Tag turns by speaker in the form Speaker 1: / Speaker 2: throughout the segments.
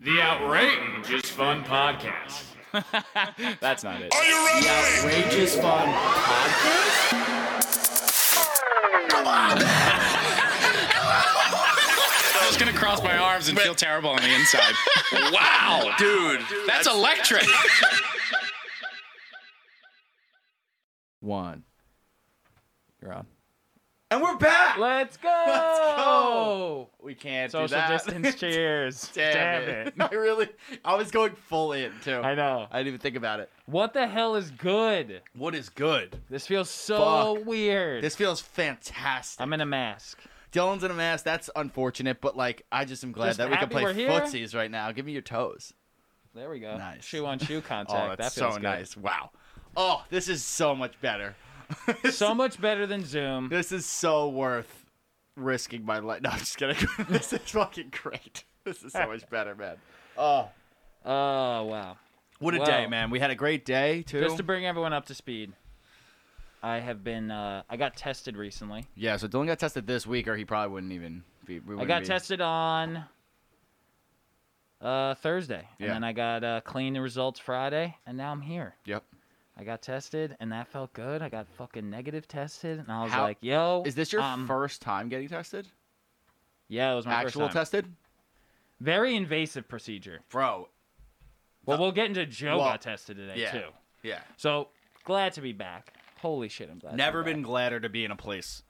Speaker 1: The Outrageous Fun Podcast.
Speaker 2: That's not it.
Speaker 3: Are you ready?
Speaker 1: Outrageous Fun Podcast?
Speaker 2: I was gonna cross my arms and feel terrible on the inside.
Speaker 3: Wow, dude.
Speaker 2: That's electric. One. You're on.
Speaker 1: And we're back!
Speaker 4: Let's go. Let's go.
Speaker 1: We can't do
Speaker 4: Social
Speaker 1: that.
Speaker 4: distance cheers.
Speaker 1: Damn,
Speaker 4: Damn,
Speaker 1: it.
Speaker 4: it.
Speaker 1: I really, I was going full in too.
Speaker 4: I know.
Speaker 1: I didn't even think about it.
Speaker 4: What the hell is good?
Speaker 1: What is good?
Speaker 4: This feels so
Speaker 1: Fuck.
Speaker 4: weird.
Speaker 1: This feels fantastic.
Speaker 4: I'm in a mask.
Speaker 1: Dylan's in a mask. That's unfortunate, but like, I just am glad
Speaker 4: Just
Speaker 1: that we can
Speaker 4: happy
Speaker 1: play
Speaker 4: we're here.
Speaker 1: footsies right now. Give me your toes.
Speaker 4: There we go.
Speaker 1: Nice.
Speaker 4: Shoe on shoe contact.
Speaker 1: Oh,
Speaker 4: that
Speaker 1: that's
Speaker 4: feels
Speaker 1: so
Speaker 4: good.
Speaker 1: nice. Wow. Oh, this is so much better.
Speaker 4: So much better than Zoom.
Speaker 1: This is so worth risking my life. No, I'm just kidding. this is fucking great. This is so much better, man. Oh,
Speaker 4: Oh wow.
Speaker 1: what a
Speaker 4: Wow.
Speaker 1: day, man. We had a great day too.
Speaker 4: Just to bring everyone up to speed, I have been. Uh, I got tested recently.
Speaker 1: yeah, so Dylan got tested this week, or he probably wouldn't even be. We
Speaker 4: I
Speaker 1: wouldn't
Speaker 4: got
Speaker 1: be-
Speaker 4: tested on uh, Thursday,
Speaker 1: Yeah.
Speaker 4: and then I got uh, clean the results Friday, and now I'm here.
Speaker 1: Yep.
Speaker 4: I got tested, and that felt good. I got fucking negative tested, and I was
Speaker 1: How-
Speaker 4: like, "Yo,
Speaker 1: Is this your
Speaker 4: um,
Speaker 1: first time getting tested?
Speaker 4: Yeah, it was my
Speaker 1: Actual
Speaker 4: first time.
Speaker 1: tested,
Speaker 4: Very invasive procedure.
Speaker 1: bro.
Speaker 4: Well, we'll get into Joe
Speaker 1: Well,
Speaker 4: got tested today
Speaker 1: yeah.
Speaker 4: too.
Speaker 1: Yeah.
Speaker 4: So glad to be back. Holy shit, I'm glad. to
Speaker 1: Never
Speaker 4: be
Speaker 1: been
Speaker 4: back.
Speaker 1: gladder to be in a place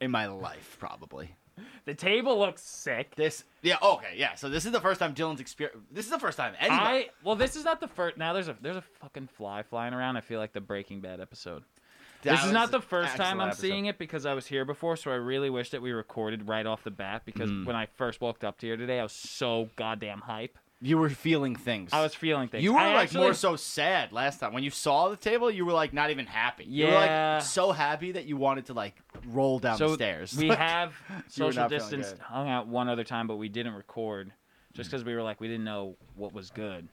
Speaker 1: in my life, probably.
Speaker 4: The table looks sick.
Speaker 1: This, yeah, okay, yeah. So this is the first time Dylan's experience. This is the first time anybody.
Speaker 4: I well, this is not the first. Now there's a there's a fucking fly flying around. I feel like the Breaking Bad episode.
Speaker 1: That
Speaker 4: this is
Speaker 1: was
Speaker 4: not the
Speaker 1: an
Speaker 4: first time
Speaker 1: excellent
Speaker 4: I'm
Speaker 1: episode.
Speaker 4: seeing it because I was here before, so I really wish that we recorded right off the bat because
Speaker 1: Mm.
Speaker 4: when I first walked up to here today, I was so goddamn hype.
Speaker 1: You were feeling things.
Speaker 4: I was feeling things.
Speaker 1: You were
Speaker 4: I
Speaker 1: like
Speaker 4: actually-
Speaker 1: more so sad last time when you saw the table. You were like not even happy. You were
Speaker 4: Yeah.
Speaker 1: like so happy that you wanted to like roll down
Speaker 4: so
Speaker 1: the stairs.
Speaker 4: We
Speaker 1: Like,
Speaker 4: have social
Speaker 1: not feeling
Speaker 4: distance
Speaker 1: good. Mm.
Speaker 4: hung out one other time, but we didn't record just because we were like we didn't know what was good.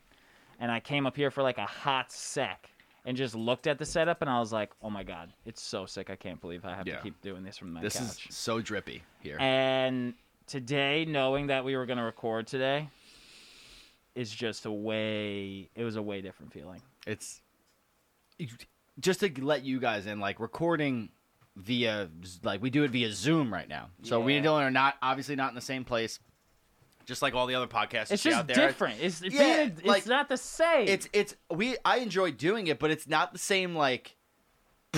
Speaker 4: And I came up here for like a hot sec and just looked at the setup and I was like, oh my god, it's so sick. I can't believe I have
Speaker 1: Yeah.
Speaker 4: to keep doing this from my
Speaker 1: this
Speaker 4: couch.
Speaker 1: is so drippy here.
Speaker 4: And today, knowing that we were going to record today, is just a way. It was a way different feeling.
Speaker 1: it's just to let you guys in. Like recording via like we do it via Zoom right now. So we and
Speaker 4: Yeah.
Speaker 1: Dylan are not obviously not in the same place. Just like all the other podcasts, you
Speaker 4: It's
Speaker 1: see
Speaker 4: just
Speaker 1: out there.
Speaker 4: different. It's it's,
Speaker 1: Yeah,
Speaker 4: being a- it's
Speaker 1: like,
Speaker 4: not the same.
Speaker 1: it's it's we I enjoy doing it, but it's not the same like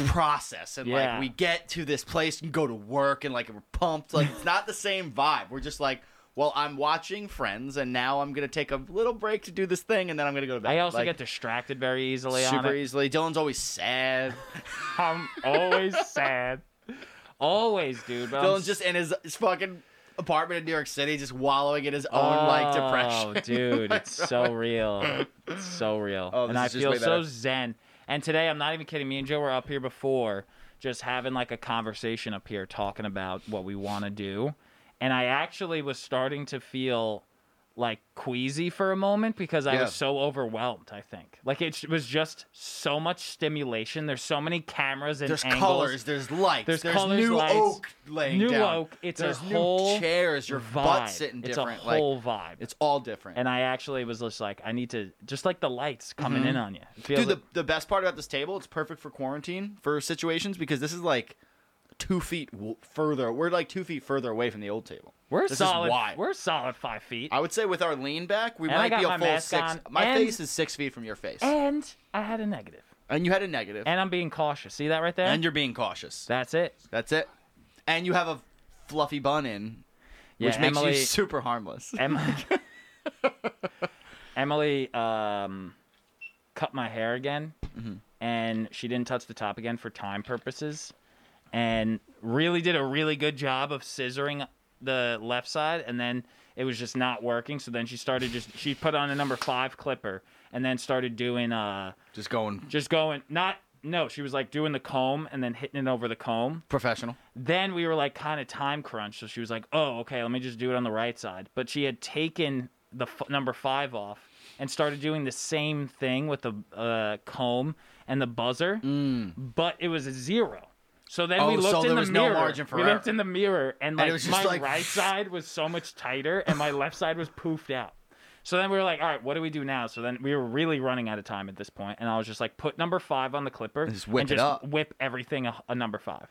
Speaker 1: process and like
Speaker 4: Yeah.
Speaker 1: we get to this place and go to work and like we're pumped like it's not the same vibe we're just like well i'm watching friends and now i'm gonna take a little break to do this thing and then i'm gonna go to bed
Speaker 4: I also
Speaker 1: Like,
Speaker 4: get distracted very easily. on
Speaker 1: super e-
Speaker 4: it.
Speaker 1: easily dylan's always sad
Speaker 4: I'm always sad. Always, dude. But I'm
Speaker 1: dylan's just in his, his fucking apartment in new york city just wallowing in his own like
Speaker 4: Oh,
Speaker 1: depression
Speaker 4: dude, it's so real. It's so real.
Speaker 1: Oh, this
Speaker 4: and I
Speaker 1: is just
Speaker 4: feel
Speaker 1: way
Speaker 4: so
Speaker 1: better.
Speaker 4: zen. And today, I'm not even kidding. Me and Joe were up here before, just having like a conversation up here, talking about what we want to do. And I actually was starting to feel like queasy for a moment because I
Speaker 1: Yeah.
Speaker 4: was so overwhelmed. I think like it was just so much stimulation. There's so many cameras and
Speaker 1: there's
Speaker 4: angles.
Speaker 1: colors there's lights
Speaker 4: There's
Speaker 1: there's,
Speaker 4: colors,
Speaker 1: new
Speaker 4: lights,
Speaker 1: oak laying
Speaker 4: new
Speaker 1: down
Speaker 4: oak. It's a
Speaker 1: there's new
Speaker 4: whole
Speaker 1: chairs your
Speaker 4: vibe.
Speaker 1: butt sitting
Speaker 4: it's
Speaker 1: different
Speaker 4: a
Speaker 1: like
Speaker 4: whole vibe.
Speaker 1: It's all different.
Speaker 4: and I actually was just like, I need to just like the lights coming in on you. It feels
Speaker 1: Mm-hmm. Dude, the,
Speaker 4: like-
Speaker 1: the best part about this table, it's perfect for quarantine for situations because this is like two feet w- further. We're like two feet further away from the old table.
Speaker 4: we're
Speaker 1: this is
Speaker 4: solid.
Speaker 1: wide.
Speaker 4: We're solid five feet.
Speaker 1: I would say with our lean back, we
Speaker 4: And I
Speaker 1: might
Speaker 4: got
Speaker 1: be a
Speaker 4: my
Speaker 1: full
Speaker 4: mask
Speaker 1: six.
Speaker 4: on,
Speaker 1: my
Speaker 4: and-
Speaker 1: face is six feet from your face, and,
Speaker 4: and I had a negative.
Speaker 1: you had a negative, and,
Speaker 4: And I'm being cautious. See that right there?
Speaker 1: you're being cautious.
Speaker 4: That's it.
Speaker 1: That's it. And you have a fluffy bun in,
Speaker 4: Yeah,
Speaker 1: which makes
Speaker 4: Emily,
Speaker 1: you super harmless.
Speaker 4: Emily, Emily um, cut my hair again, and she didn't touch the top again for time purposes, and really did a really good job of scissoring the left side, and then it was just not working. So then she started just she put on a number five clipper, and then started doing uh
Speaker 1: Just going
Speaker 4: just going not. No, she was like doing the comb and then hitting it over the comb
Speaker 1: professional.
Speaker 4: then we were like kind of time crunch so she was like oh okay let me just do it on the right side but she had taken the f- number five off and started doing the same thing with the uh, comb and the buzzer but it was a zero so then we
Speaker 1: Mm. Oh, so
Speaker 4: looked in
Speaker 1: there
Speaker 4: the
Speaker 1: was no
Speaker 4: mirror
Speaker 1: margin for
Speaker 4: we
Speaker 1: error.
Speaker 4: looked in the mirror and
Speaker 1: it
Speaker 4: like
Speaker 1: was just
Speaker 4: my
Speaker 1: like-
Speaker 4: right side was so much tighter and my left side was poofed out So then we were like, all right, what do we do now? So then we were really running out of time at this point, and I was just like, put number five on the clipper
Speaker 1: just whip
Speaker 4: and
Speaker 1: it
Speaker 4: just
Speaker 1: up.
Speaker 4: whip everything a, a number five.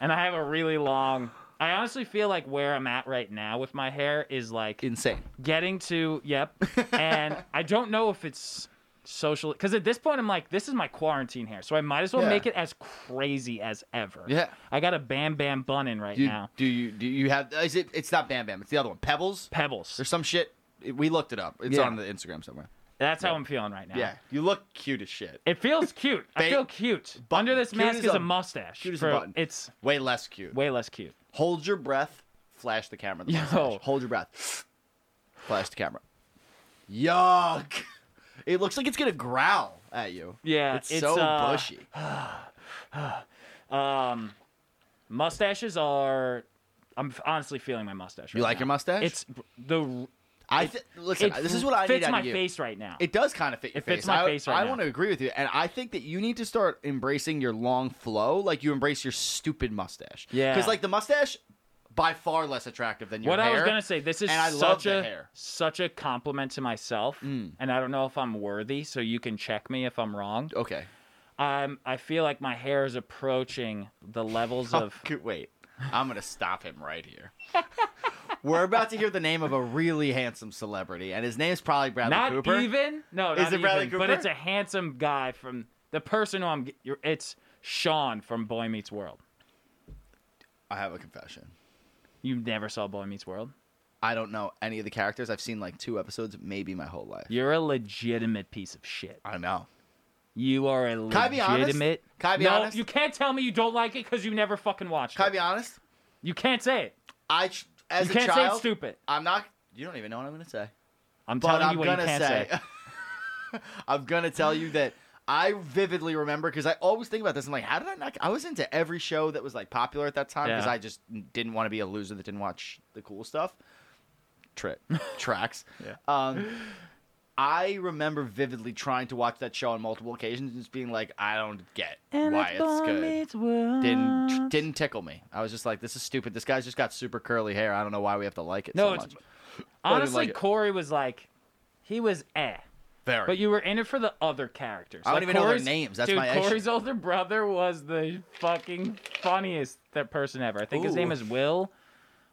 Speaker 4: and I have a really long. I honestly feel like where I'm at right now with my hair is like
Speaker 1: Insane.
Speaker 4: getting to yep and i don't know if it's social because at this point i'm like this is my quarantine hair so i might as well
Speaker 1: Yeah.
Speaker 4: make it as crazy as ever
Speaker 1: Yeah.
Speaker 4: i got a bam bam bun in right
Speaker 1: Do, you-
Speaker 4: now
Speaker 1: do you do you have? Is it? It's not Bam Bam. It's the other one. Pebbles.
Speaker 4: pebbles
Speaker 1: There's some shit. We looked it up. It's
Speaker 4: Yeah.
Speaker 1: on the Instagram somewhere.
Speaker 4: that's how i'm feeling right now
Speaker 1: Yeah, you look cute as shit.
Speaker 4: it feels cute i
Speaker 1: Ba-
Speaker 4: feel cute
Speaker 1: button.
Speaker 4: under this
Speaker 1: Cute
Speaker 4: mask
Speaker 1: as
Speaker 4: is a,
Speaker 1: a-
Speaker 4: mustache
Speaker 1: cute as a
Speaker 4: for-
Speaker 1: button.
Speaker 4: it's
Speaker 1: Way less cute.
Speaker 4: way less cute
Speaker 1: Hold your breath. Flash the camera. The
Speaker 4: Yo.
Speaker 1: mustache. Hold your breath. Flash the camera. Yuck. It looks like it's gonna growl at you.
Speaker 4: Yeah,
Speaker 1: it's,
Speaker 4: it's,
Speaker 1: so
Speaker 4: uh,
Speaker 1: bushy.
Speaker 4: um mustaches are i'm f- honestly feeling my mustache
Speaker 1: You
Speaker 4: right
Speaker 1: like
Speaker 4: now.
Speaker 1: your mustache?
Speaker 4: it's the
Speaker 1: I th- listen.
Speaker 4: it
Speaker 1: This is what I
Speaker 4: fits
Speaker 1: need out
Speaker 4: my
Speaker 1: of you.
Speaker 4: face right now
Speaker 1: It does kind of fit your
Speaker 4: It fits
Speaker 1: face.
Speaker 4: my
Speaker 1: I,
Speaker 4: face right
Speaker 1: I
Speaker 4: now.
Speaker 1: want to agree with you, and I think that you need to start embracing your long flow, like you embrace your stupid mustache.
Speaker 4: Yeah.
Speaker 1: because like the mustache, by far less attractive than your
Speaker 4: what
Speaker 1: hair.
Speaker 4: I was gonna say, this is
Speaker 1: and I love
Speaker 4: such
Speaker 1: the
Speaker 4: a
Speaker 1: hair. Mm.
Speaker 4: such a compliment to myself, and I don't know if I'm worthy, so you can check me if I'm wrong.
Speaker 1: Okay.
Speaker 4: I'm I feel like my hair is approaching the levels of
Speaker 1: Good- Wait, I'm gonna stop him right here. We're about to hear the name of a really handsome celebrity, and his name's probably Bradley
Speaker 4: not
Speaker 1: Cooper.
Speaker 4: even no,
Speaker 1: Is
Speaker 4: not
Speaker 1: it Bradley
Speaker 4: even, but
Speaker 1: Cooper?
Speaker 4: it's a handsome guy from the person who I'm. g- you're- It's Sean from Boy Meets World.
Speaker 1: I have a confession.
Speaker 4: You never saw Boy Meets World.
Speaker 1: I don't know any of the characters. I've seen like two episodes, maybe my whole life.
Speaker 4: You're a legitimate piece of shit.
Speaker 1: I know.
Speaker 4: You are a
Speaker 1: Can I be honest?
Speaker 4: legitimate.
Speaker 1: Can I be
Speaker 4: no,
Speaker 1: honest?
Speaker 4: you can't tell me you don't like it because you never fucking watched
Speaker 1: Can I
Speaker 4: it.
Speaker 1: be honest?
Speaker 4: you can't say it.
Speaker 1: I ch- as
Speaker 4: You
Speaker 1: a
Speaker 4: can't say
Speaker 1: child,
Speaker 4: it's stupid.
Speaker 1: I'm not. You don't even know what I'm gonna say.
Speaker 4: I'm
Speaker 1: But
Speaker 4: telling
Speaker 1: I'm
Speaker 4: you what you
Speaker 1: gonna
Speaker 4: can't
Speaker 1: say,
Speaker 4: say.
Speaker 1: I'm gonna tell you that I vividly remember because I always think about this. I'm like, how did I not? I was into every show that was like popular at that time because
Speaker 4: Yeah.
Speaker 1: I just didn't want to be a loser that didn't watch the cool stuff. Tri- tracks.
Speaker 4: Yeah.
Speaker 1: Um, I remember vividly trying to watch that show on multiple occasions and just being like, I don't get why it's good. didn't
Speaker 4: Uh,
Speaker 1: tr- didn't tickle me. I was just like, this is stupid. This guy's just got super curly hair. I don't know why we have to like it
Speaker 4: No,
Speaker 1: so
Speaker 4: it's
Speaker 1: much.
Speaker 4: honestly
Speaker 1: like it.
Speaker 4: Corey was like, he was eh.
Speaker 1: Very.
Speaker 4: But you were in it for the other characters.
Speaker 1: I don't
Speaker 4: Like,
Speaker 1: even know their
Speaker 4: Corey's-
Speaker 1: names. That's
Speaker 4: dude,
Speaker 1: my issue.
Speaker 4: Corey's older brother was the fucking funniest that person ever. I think his name
Speaker 1: Ooh.
Speaker 4: is Will.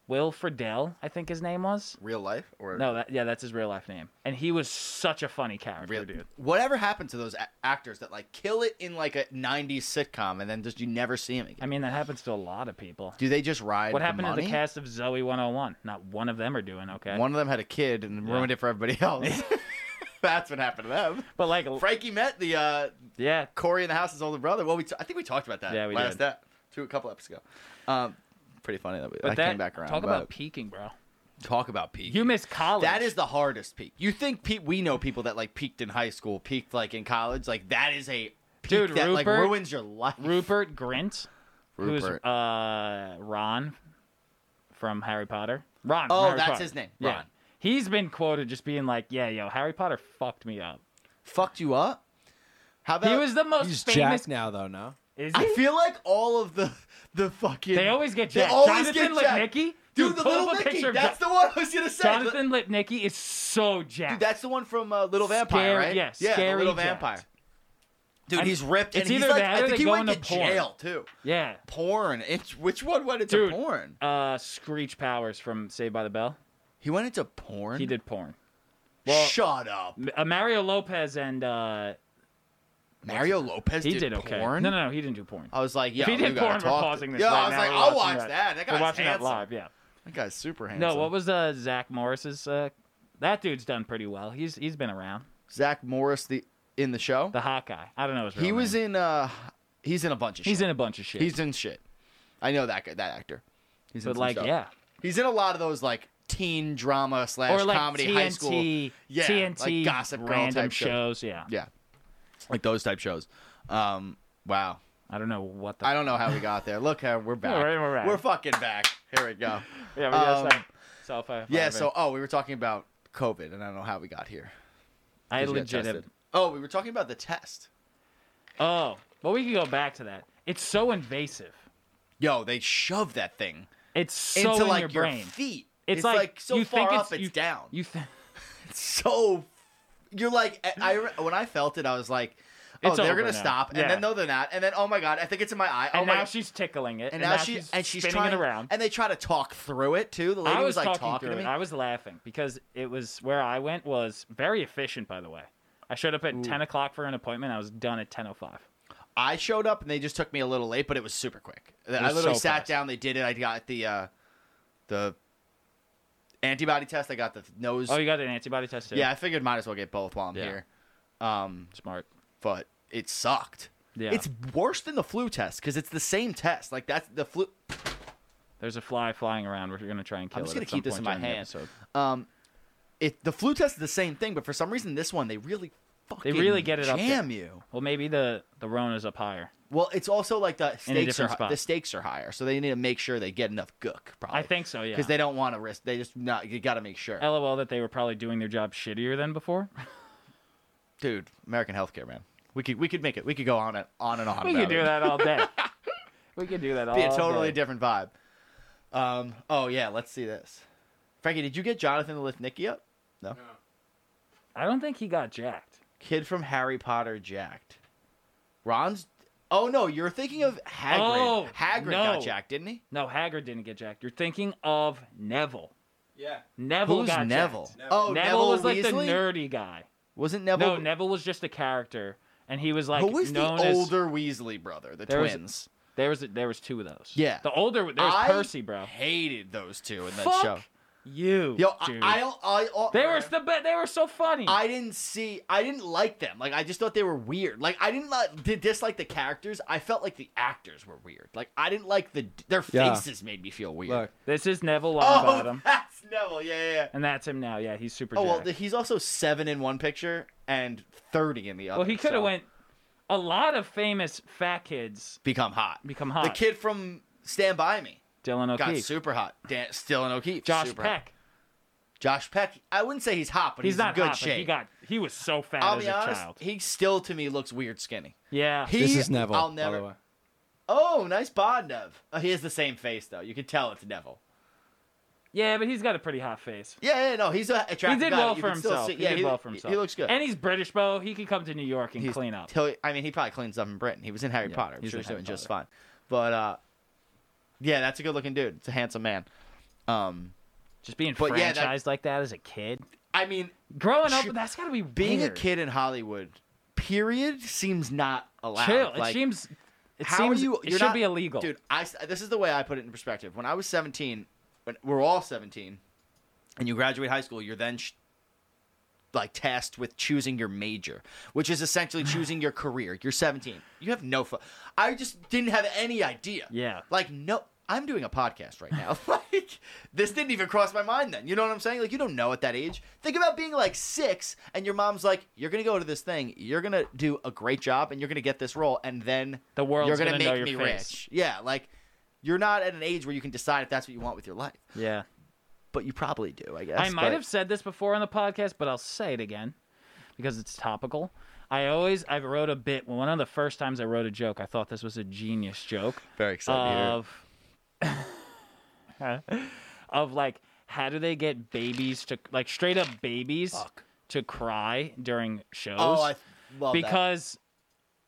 Speaker 4: Will Friedle, I think his name was.
Speaker 1: Real life or
Speaker 4: No, that yeah, that's his real life name. And he was such a funny character,
Speaker 1: Real-
Speaker 4: dude.
Speaker 1: Whatever happened to those a- actors that like kill it in like a '90s sitcom and then just you never see them again?
Speaker 4: I mean, that happens to a lot of people.
Speaker 1: Do they just ride?
Speaker 4: What
Speaker 1: the
Speaker 4: happened to
Speaker 1: money?
Speaker 4: the cast of Zoe 101? Not one of them are doing okay.
Speaker 1: One of them had a kid and ruined it for everybody else. That's what happened to them.
Speaker 4: but like,
Speaker 1: Frankie met the uh,
Speaker 4: yeah,
Speaker 1: Corey in the house's older brother. Well, we t- I think we talked about that.
Speaker 4: Yeah, we
Speaker 1: last
Speaker 4: did.
Speaker 1: that two a couple episodes ago. Um, pretty funny that we
Speaker 4: but
Speaker 1: I
Speaker 4: that
Speaker 1: came back around.
Speaker 4: talk
Speaker 1: but-
Speaker 4: about peaking, bro.
Speaker 1: talk about peak.
Speaker 4: You miss college.
Speaker 1: That is the hardest peak. You think peak? We know people that like peaked in high school, peaked like in college. Like that is a peak
Speaker 4: Dude,
Speaker 1: that like
Speaker 4: Rupert-
Speaker 1: ruins your life.
Speaker 4: Rupert Grint, who's
Speaker 1: Rupert.
Speaker 4: uh Ron from Harry Potter. Ron. from
Speaker 1: Oh,
Speaker 4: Harry
Speaker 1: that's
Speaker 4: Potter.
Speaker 1: his name,
Speaker 4: Yeah.
Speaker 1: Ron.
Speaker 4: He's been quoted just being like, "Yeah, yo, Harry Potter fucked me up."
Speaker 1: Fucked you up. How about
Speaker 4: He was the most
Speaker 5: He's
Speaker 4: famous.
Speaker 5: Jack now, though. No.
Speaker 4: Is
Speaker 1: I
Speaker 4: he?
Speaker 1: feel like all of the the fucking
Speaker 4: They always get
Speaker 1: They
Speaker 4: Jack.
Speaker 1: always
Speaker 4: Jonathan
Speaker 1: get Jack.
Speaker 4: Lipnicki. Dude,
Speaker 1: Dude, the
Speaker 4: pull
Speaker 1: little
Speaker 4: up a
Speaker 1: Nicky.
Speaker 4: picture of
Speaker 1: That's
Speaker 4: Jo-
Speaker 1: the one I was gonna say.
Speaker 4: Jonathan Lipnicki is so jacked.
Speaker 1: Dude, that's the one from uh, Little Vampire,
Speaker 4: Scary-
Speaker 1: right?
Speaker 4: yeah,
Speaker 1: yeah, the
Speaker 4: Scary
Speaker 1: Little
Speaker 4: Jack.
Speaker 1: Vampire. Dude,
Speaker 4: I'm-
Speaker 1: he's ripped, and
Speaker 4: it's
Speaker 1: he's
Speaker 4: either
Speaker 1: like,
Speaker 4: that
Speaker 1: I
Speaker 4: or
Speaker 1: think
Speaker 4: they
Speaker 1: he
Speaker 4: go
Speaker 1: went to
Speaker 4: into porn.
Speaker 1: jail too.
Speaker 4: yeah.
Speaker 1: Porn. It's, which one went into
Speaker 4: Dude.
Speaker 1: porn?
Speaker 4: Uh, Screech Powers from Saved by the Bell.
Speaker 1: He went into porn.
Speaker 4: He did porn.
Speaker 1: Shut up.
Speaker 4: Uh, Mario Lopez and uh,
Speaker 1: Mario Lopez
Speaker 4: he
Speaker 1: did,
Speaker 4: did okay.
Speaker 1: porn. Oh,
Speaker 4: No, no, no, he didn't do porn.
Speaker 1: I was like, yeah,
Speaker 4: if he
Speaker 1: we
Speaker 4: did
Speaker 1: gotta
Speaker 4: porn, we're
Speaker 1: talk to-
Speaker 4: pausing this.
Speaker 1: Yeah,
Speaker 4: right
Speaker 1: I was
Speaker 4: now.
Speaker 1: like,
Speaker 4: We're
Speaker 1: I'll
Speaker 4: watching
Speaker 1: watch that. That
Speaker 4: we're
Speaker 1: guy's
Speaker 4: watching
Speaker 1: handsome.
Speaker 4: that live. Yeah.
Speaker 1: That guy's super handsome.
Speaker 4: No, what was uh, Zach Morris's? Uh, that dude's done pretty well. He's he's been around.
Speaker 1: Zach Morris the in the show?
Speaker 4: The hot guy. I don't know his real
Speaker 1: he was
Speaker 4: name.
Speaker 1: in. uh He's in a bunch of.
Speaker 4: He's
Speaker 1: shit.
Speaker 4: in a bunch of shit.
Speaker 1: He's in shit. I know that guy, that actor. He's in
Speaker 4: but
Speaker 1: some
Speaker 4: like
Speaker 1: stuff.
Speaker 4: yeah,
Speaker 1: He's in a lot of those like teen drama slash
Speaker 4: or like
Speaker 1: comedy
Speaker 4: TNT,
Speaker 1: high school. Yeah,
Speaker 4: TNT,
Speaker 1: like Gossip Girl
Speaker 4: random
Speaker 1: type shows.
Speaker 4: shows. Yeah.
Speaker 1: Yeah, like those type shows. Um, wow.
Speaker 4: I don't know what the.
Speaker 1: I don't know how we got there. Look, how we're back.
Speaker 4: All right, we're back.
Speaker 1: fucking back. Here we go.
Speaker 4: yeah, we
Speaker 1: um,
Speaker 4: gotta stop. So if I- if I
Speaker 1: Yeah.
Speaker 4: ever-
Speaker 1: So, oh, we were talking about COVID, and I don't know how we got here.
Speaker 4: I
Speaker 1: Did you get
Speaker 4: legit. have-
Speaker 1: tested? Oh, we were talking about the test.
Speaker 4: Oh, but we could go back to that. It's so invasive.
Speaker 1: Yo, they shove that thing
Speaker 4: It's so
Speaker 1: into
Speaker 4: in
Speaker 1: like
Speaker 4: your brain.
Speaker 1: feet.
Speaker 4: It's,
Speaker 1: like, so
Speaker 4: you
Speaker 1: far
Speaker 4: think
Speaker 1: up,
Speaker 4: it's,
Speaker 1: it's
Speaker 4: you,
Speaker 1: down.
Speaker 4: You think
Speaker 1: so you're like I I- when I felt it, I was like, oh,
Speaker 4: It's
Speaker 1: they're
Speaker 4: over
Speaker 1: gonna
Speaker 4: now.
Speaker 1: stop, and
Speaker 4: Yeah.
Speaker 1: then no, they're not, and then oh my god, I think it's in my eye. Oh
Speaker 4: and
Speaker 1: my
Speaker 4: now
Speaker 1: God.
Speaker 4: she's tickling it.
Speaker 1: and now, she
Speaker 4: she's
Speaker 1: and she's
Speaker 4: spinning
Speaker 1: trying
Speaker 4: it around.
Speaker 1: and they try to talk through it too. The lady
Speaker 4: I was,
Speaker 1: like
Speaker 4: talking,
Speaker 1: talking
Speaker 4: through
Speaker 1: to me.
Speaker 4: it. I was laughing because it was where I went was very efficient. By the way, I showed up at ten o'clock for an appointment. I was done at ten o five.
Speaker 1: I showed up and they just took me a little late, but it was super quick. I
Speaker 4: was
Speaker 1: literally
Speaker 4: so
Speaker 1: sat
Speaker 4: fast.
Speaker 1: down. They did it. I got the uh, the antibody test. I got the nose.
Speaker 4: Oh, you got an antibody test too.
Speaker 1: yeah, I figured might as well get both while I'm
Speaker 4: Yeah.
Speaker 1: here. Um,
Speaker 4: smart.
Speaker 1: but it sucked.
Speaker 4: Yeah.
Speaker 1: It's worse than the flu test because it's the same test. Like that's the flu.
Speaker 4: There's a fly flying around. We're gonna try and kill
Speaker 1: I'm just
Speaker 4: it.
Speaker 1: gonna
Speaker 4: at some
Speaker 1: keep this in
Speaker 4: point during
Speaker 1: my
Speaker 4: the
Speaker 1: hand.
Speaker 4: episode.
Speaker 1: Um, it the flu test is the same thing, but for some reason this one they really fucking
Speaker 4: really get it up there.
Speaker 1: jam you.
Speaker 4: Well, maybe the the Rona's up higher.
Speaker 1: Well, it's also like the stakes are
Speaker 4: different
Speaker 1: hi-
Speaker 4: spot.
Speaker 1: the stakes are higher, so they need to make sure they get enough gook. Probably
Speaker 4: I think so. Yeah.
Speaker 1: because they don't want to risk. They just not. You got to make sure,
Speaker 4: LOL that they were probably doing their job shittier than before.
Speaker 1: dude. American healthcare, man. We could we could make it. We could go on and on and on.
Speaker 4: we
Speaker 1: about
Speaker 4: could do
Speaker 1: it.
Speaker 4: that all day. we could do that all
Speaker 1: Be
Speaker 4: day.
Speaker 1: a totally different vibe. Um. Oh yeah. Let's see this. Frankie, did you get Jonathan to lift Nikki up? No.
Speaker 4: I don't think he got jacked.
Speaker 1: Kid from Harry Potter, jacked. Ron's. Oh no, you're thinking of Hagrid.
Speaker 4: Oh,
Speaker 1: Hagrid
Speaker 4: no.
Speaker 1: got jacked, didn't he?
Speaker 4: No, Hagrid didn't get jacked. You're thinking of Neville.
Speaker 5: Yeah.
Speaker 4: Neville
Speaker 1: Who's
Speaker 4: got
Speaker 1: Neville?
Speaker 4: jacked.
Speaker 1: Oh,
Speaker 4: Neville, was like the
Speaker 1: Weasley?
Speaker 4: nerdy guy.
Speaker 1: Wasn't Neville?
Speaker 4: No, Neville was just a character, and he was like
Speaker 1: Who was the
Speaker 4: known as-
Speaker 1: older Weasley brother? The
Speaker 4: There was-
Speaker 1: twins.
Speaker 4: There was there was two of those.
Speaker 1: Yeah.
Speaker 4: the older there was
Speaker 1: I
Speaker 4: Percy, bro.
Speaker 1: Hated those two in that
Speaker 4: Fuck
Speaker 1: show.
Speaker 4: You,
Speaker 1: Yo, I,
Speaker 4: dude.
Speaker 1: I, I, I
Speaker 4: they were the be- They were so funny.
Speaker 1: I didn't see. I didn't like them. Like I just thought they were weird. Like I didn't like, did dislike the characters. I felt like the actors were weird. Like I didn't like the their
Speaker 5: Yeah.
Speaker 1: faces made me feel weird.
Speaker 5: Look.
Speaker 4: this is Neville
Speaker 1: oh,
Speaker 4: Longbottom,
Speaker 1: that's Neville. Yeah, yeah. yeah.
Speaker 4: and that's him now. Yeah, he's super.
Speaker 1: Oh well,
Speaker 4: jacked.
Speaker 1: th- he's also seven in one picture and thirty in the other.
Speaker 4: Well, he could have
Speaker 1: so
Speaker 4: went. A lot of famous fat kids
Speaker 1: become hot.
Speaker 4: become
Speaker 1: The
Speaker 4: hot.
Speaker 1: kid from Stand By Me
Speaker 4: Dylan
Speaker 1: got
Speaker 4: O'Keefe,
Speaker 1: super hot. Dan, still in O'Keefe.
Speaker 4: Josh
Speaker 1: super hot.
Speaker 4: Peck.
Speaker 1: Josh Peck. I wouldn't say he's hot, but
Speaker 4: He's,
Speaker 1: he's,
Speaker 4: not
Speaker 1: in good
Speaker 4: hot,
Speaker 1: shape.
Speaker 4: But he got. He was so fat
Speaker 1: I'll
Speaker 4: as
Speaker 1: be
Speaker 4: a
Speaker 1: honest.
Speaker 4: child.
Speaker 1: He still to me looks weird skinny.
Speaker 4: Yeah.
Speaker 1: He,
Speaker 5: This is Neville.
Speaker 1: I'll
Speaker 5: By
Speaker 1: never.
Speaker 5: the way.
Speaker 1: Oh, nice bod, Nev. Oh, he has the same face though. You can tell it's Neville.
Speaker 4: yeah, but he's got a pretty hot face.
Speaker 1: Yeah, yeah, no, he's a attractive.
Speaker 4: He did
Speaker 1: guy.
Speaker 4: well
Speaker 1: You
Speaker 4: for
Speaker 1: can still
Speaker 4: himself.
Speaker 1: see-
Speaker 4: He
Speaker 1: yeah,
Speaker 4: did well for himself.
Speaker 1: He looks good.
Speaker 4: And he's British, Bo. He could come to New York and
Speaker 1: He's-
Speaker 4: clean up.
Speaker 1: till- I mean, he probably cleans up in Britain. He was in Harry
Speaker 4: Yeah,
Speaker 1: Potter. I'm
Speaker 4: he's
Speaker 1: sure
Speaker 4: in
Speaker 1: he's
Speaker 4: Harry
Speaker 1: doing just fine. But uh, yeah, that's a good looking dude. It's a handsome man. Um,
Speaker 4: Just being
Speaker 1: But
Speaker 4: franchised
Speaker 1: yeah, that-
Speaker 4: like that as a kid.
Speaker 1: I mean,
Speaker 4: Growing up,
Speaker 1: Sh-
Speaker 4: that's got to be
Speaker 1: being
Speaker 4: weird.
Speaker 1: a kid in Hollywood, period, seems not allowed.
Speaker 4: Chill.
Speaker 1: Like,
Speaker 4: it seems. It
Speaker 1: How
Speaker 4: seems
Speaker 1: are you?
Speaker 4: It
Speaker 1: you're
Speaker 4: should
Speaker 1: not-
Speaker 4: be illegal.
Speaker 1: dude. I s- this is the way I put it in perspective. When I was 17, when we're all 17, and you graduate high school, you're then sh- like tasked with choosing your major, which is essentially choosing your career. You're 17. You have no. Fu- I just didn't have any idea.
Speaker 4: Yeah.
Speaker 1: Like no. I'm doing a podcast right now. like this didn't even cross my mind then. You know what I'm saying? Like you don't know at that age. Think about being like 6 and your mom's like, "You're going to go to this thing. You're going to do a great job and you're going to get this role and then
Speaker 4: The world's
Speaker 1: you're gonna,
Speaker 4: gonna
Speaker 1: make
Speaker 4: know
Speaker 1: me
Speaker 4: your face.
Speaker 1: rich. Yeah, like you're not at an age where you can decide if that's what you want with your life,
Speaker 4: Yeah.
Speaker 1: but you probably do, I guess.
Speaker 4: I might
Speaker 1: but-
Speaker 4: have said this before on the podcast, but I'll say it again because it's topical. I always I wrote a bit. One of the first times I wrote a joke, I thought this was a genius joke.
Speaker 1: Very excited to hear.
Speaker 4: of of like how do they get babies to like straight up babies
Speaker 1: Fuck.
Speaker 4: to cry during shows?
Speaker 1: Oh, I love that.
Speaker 4: because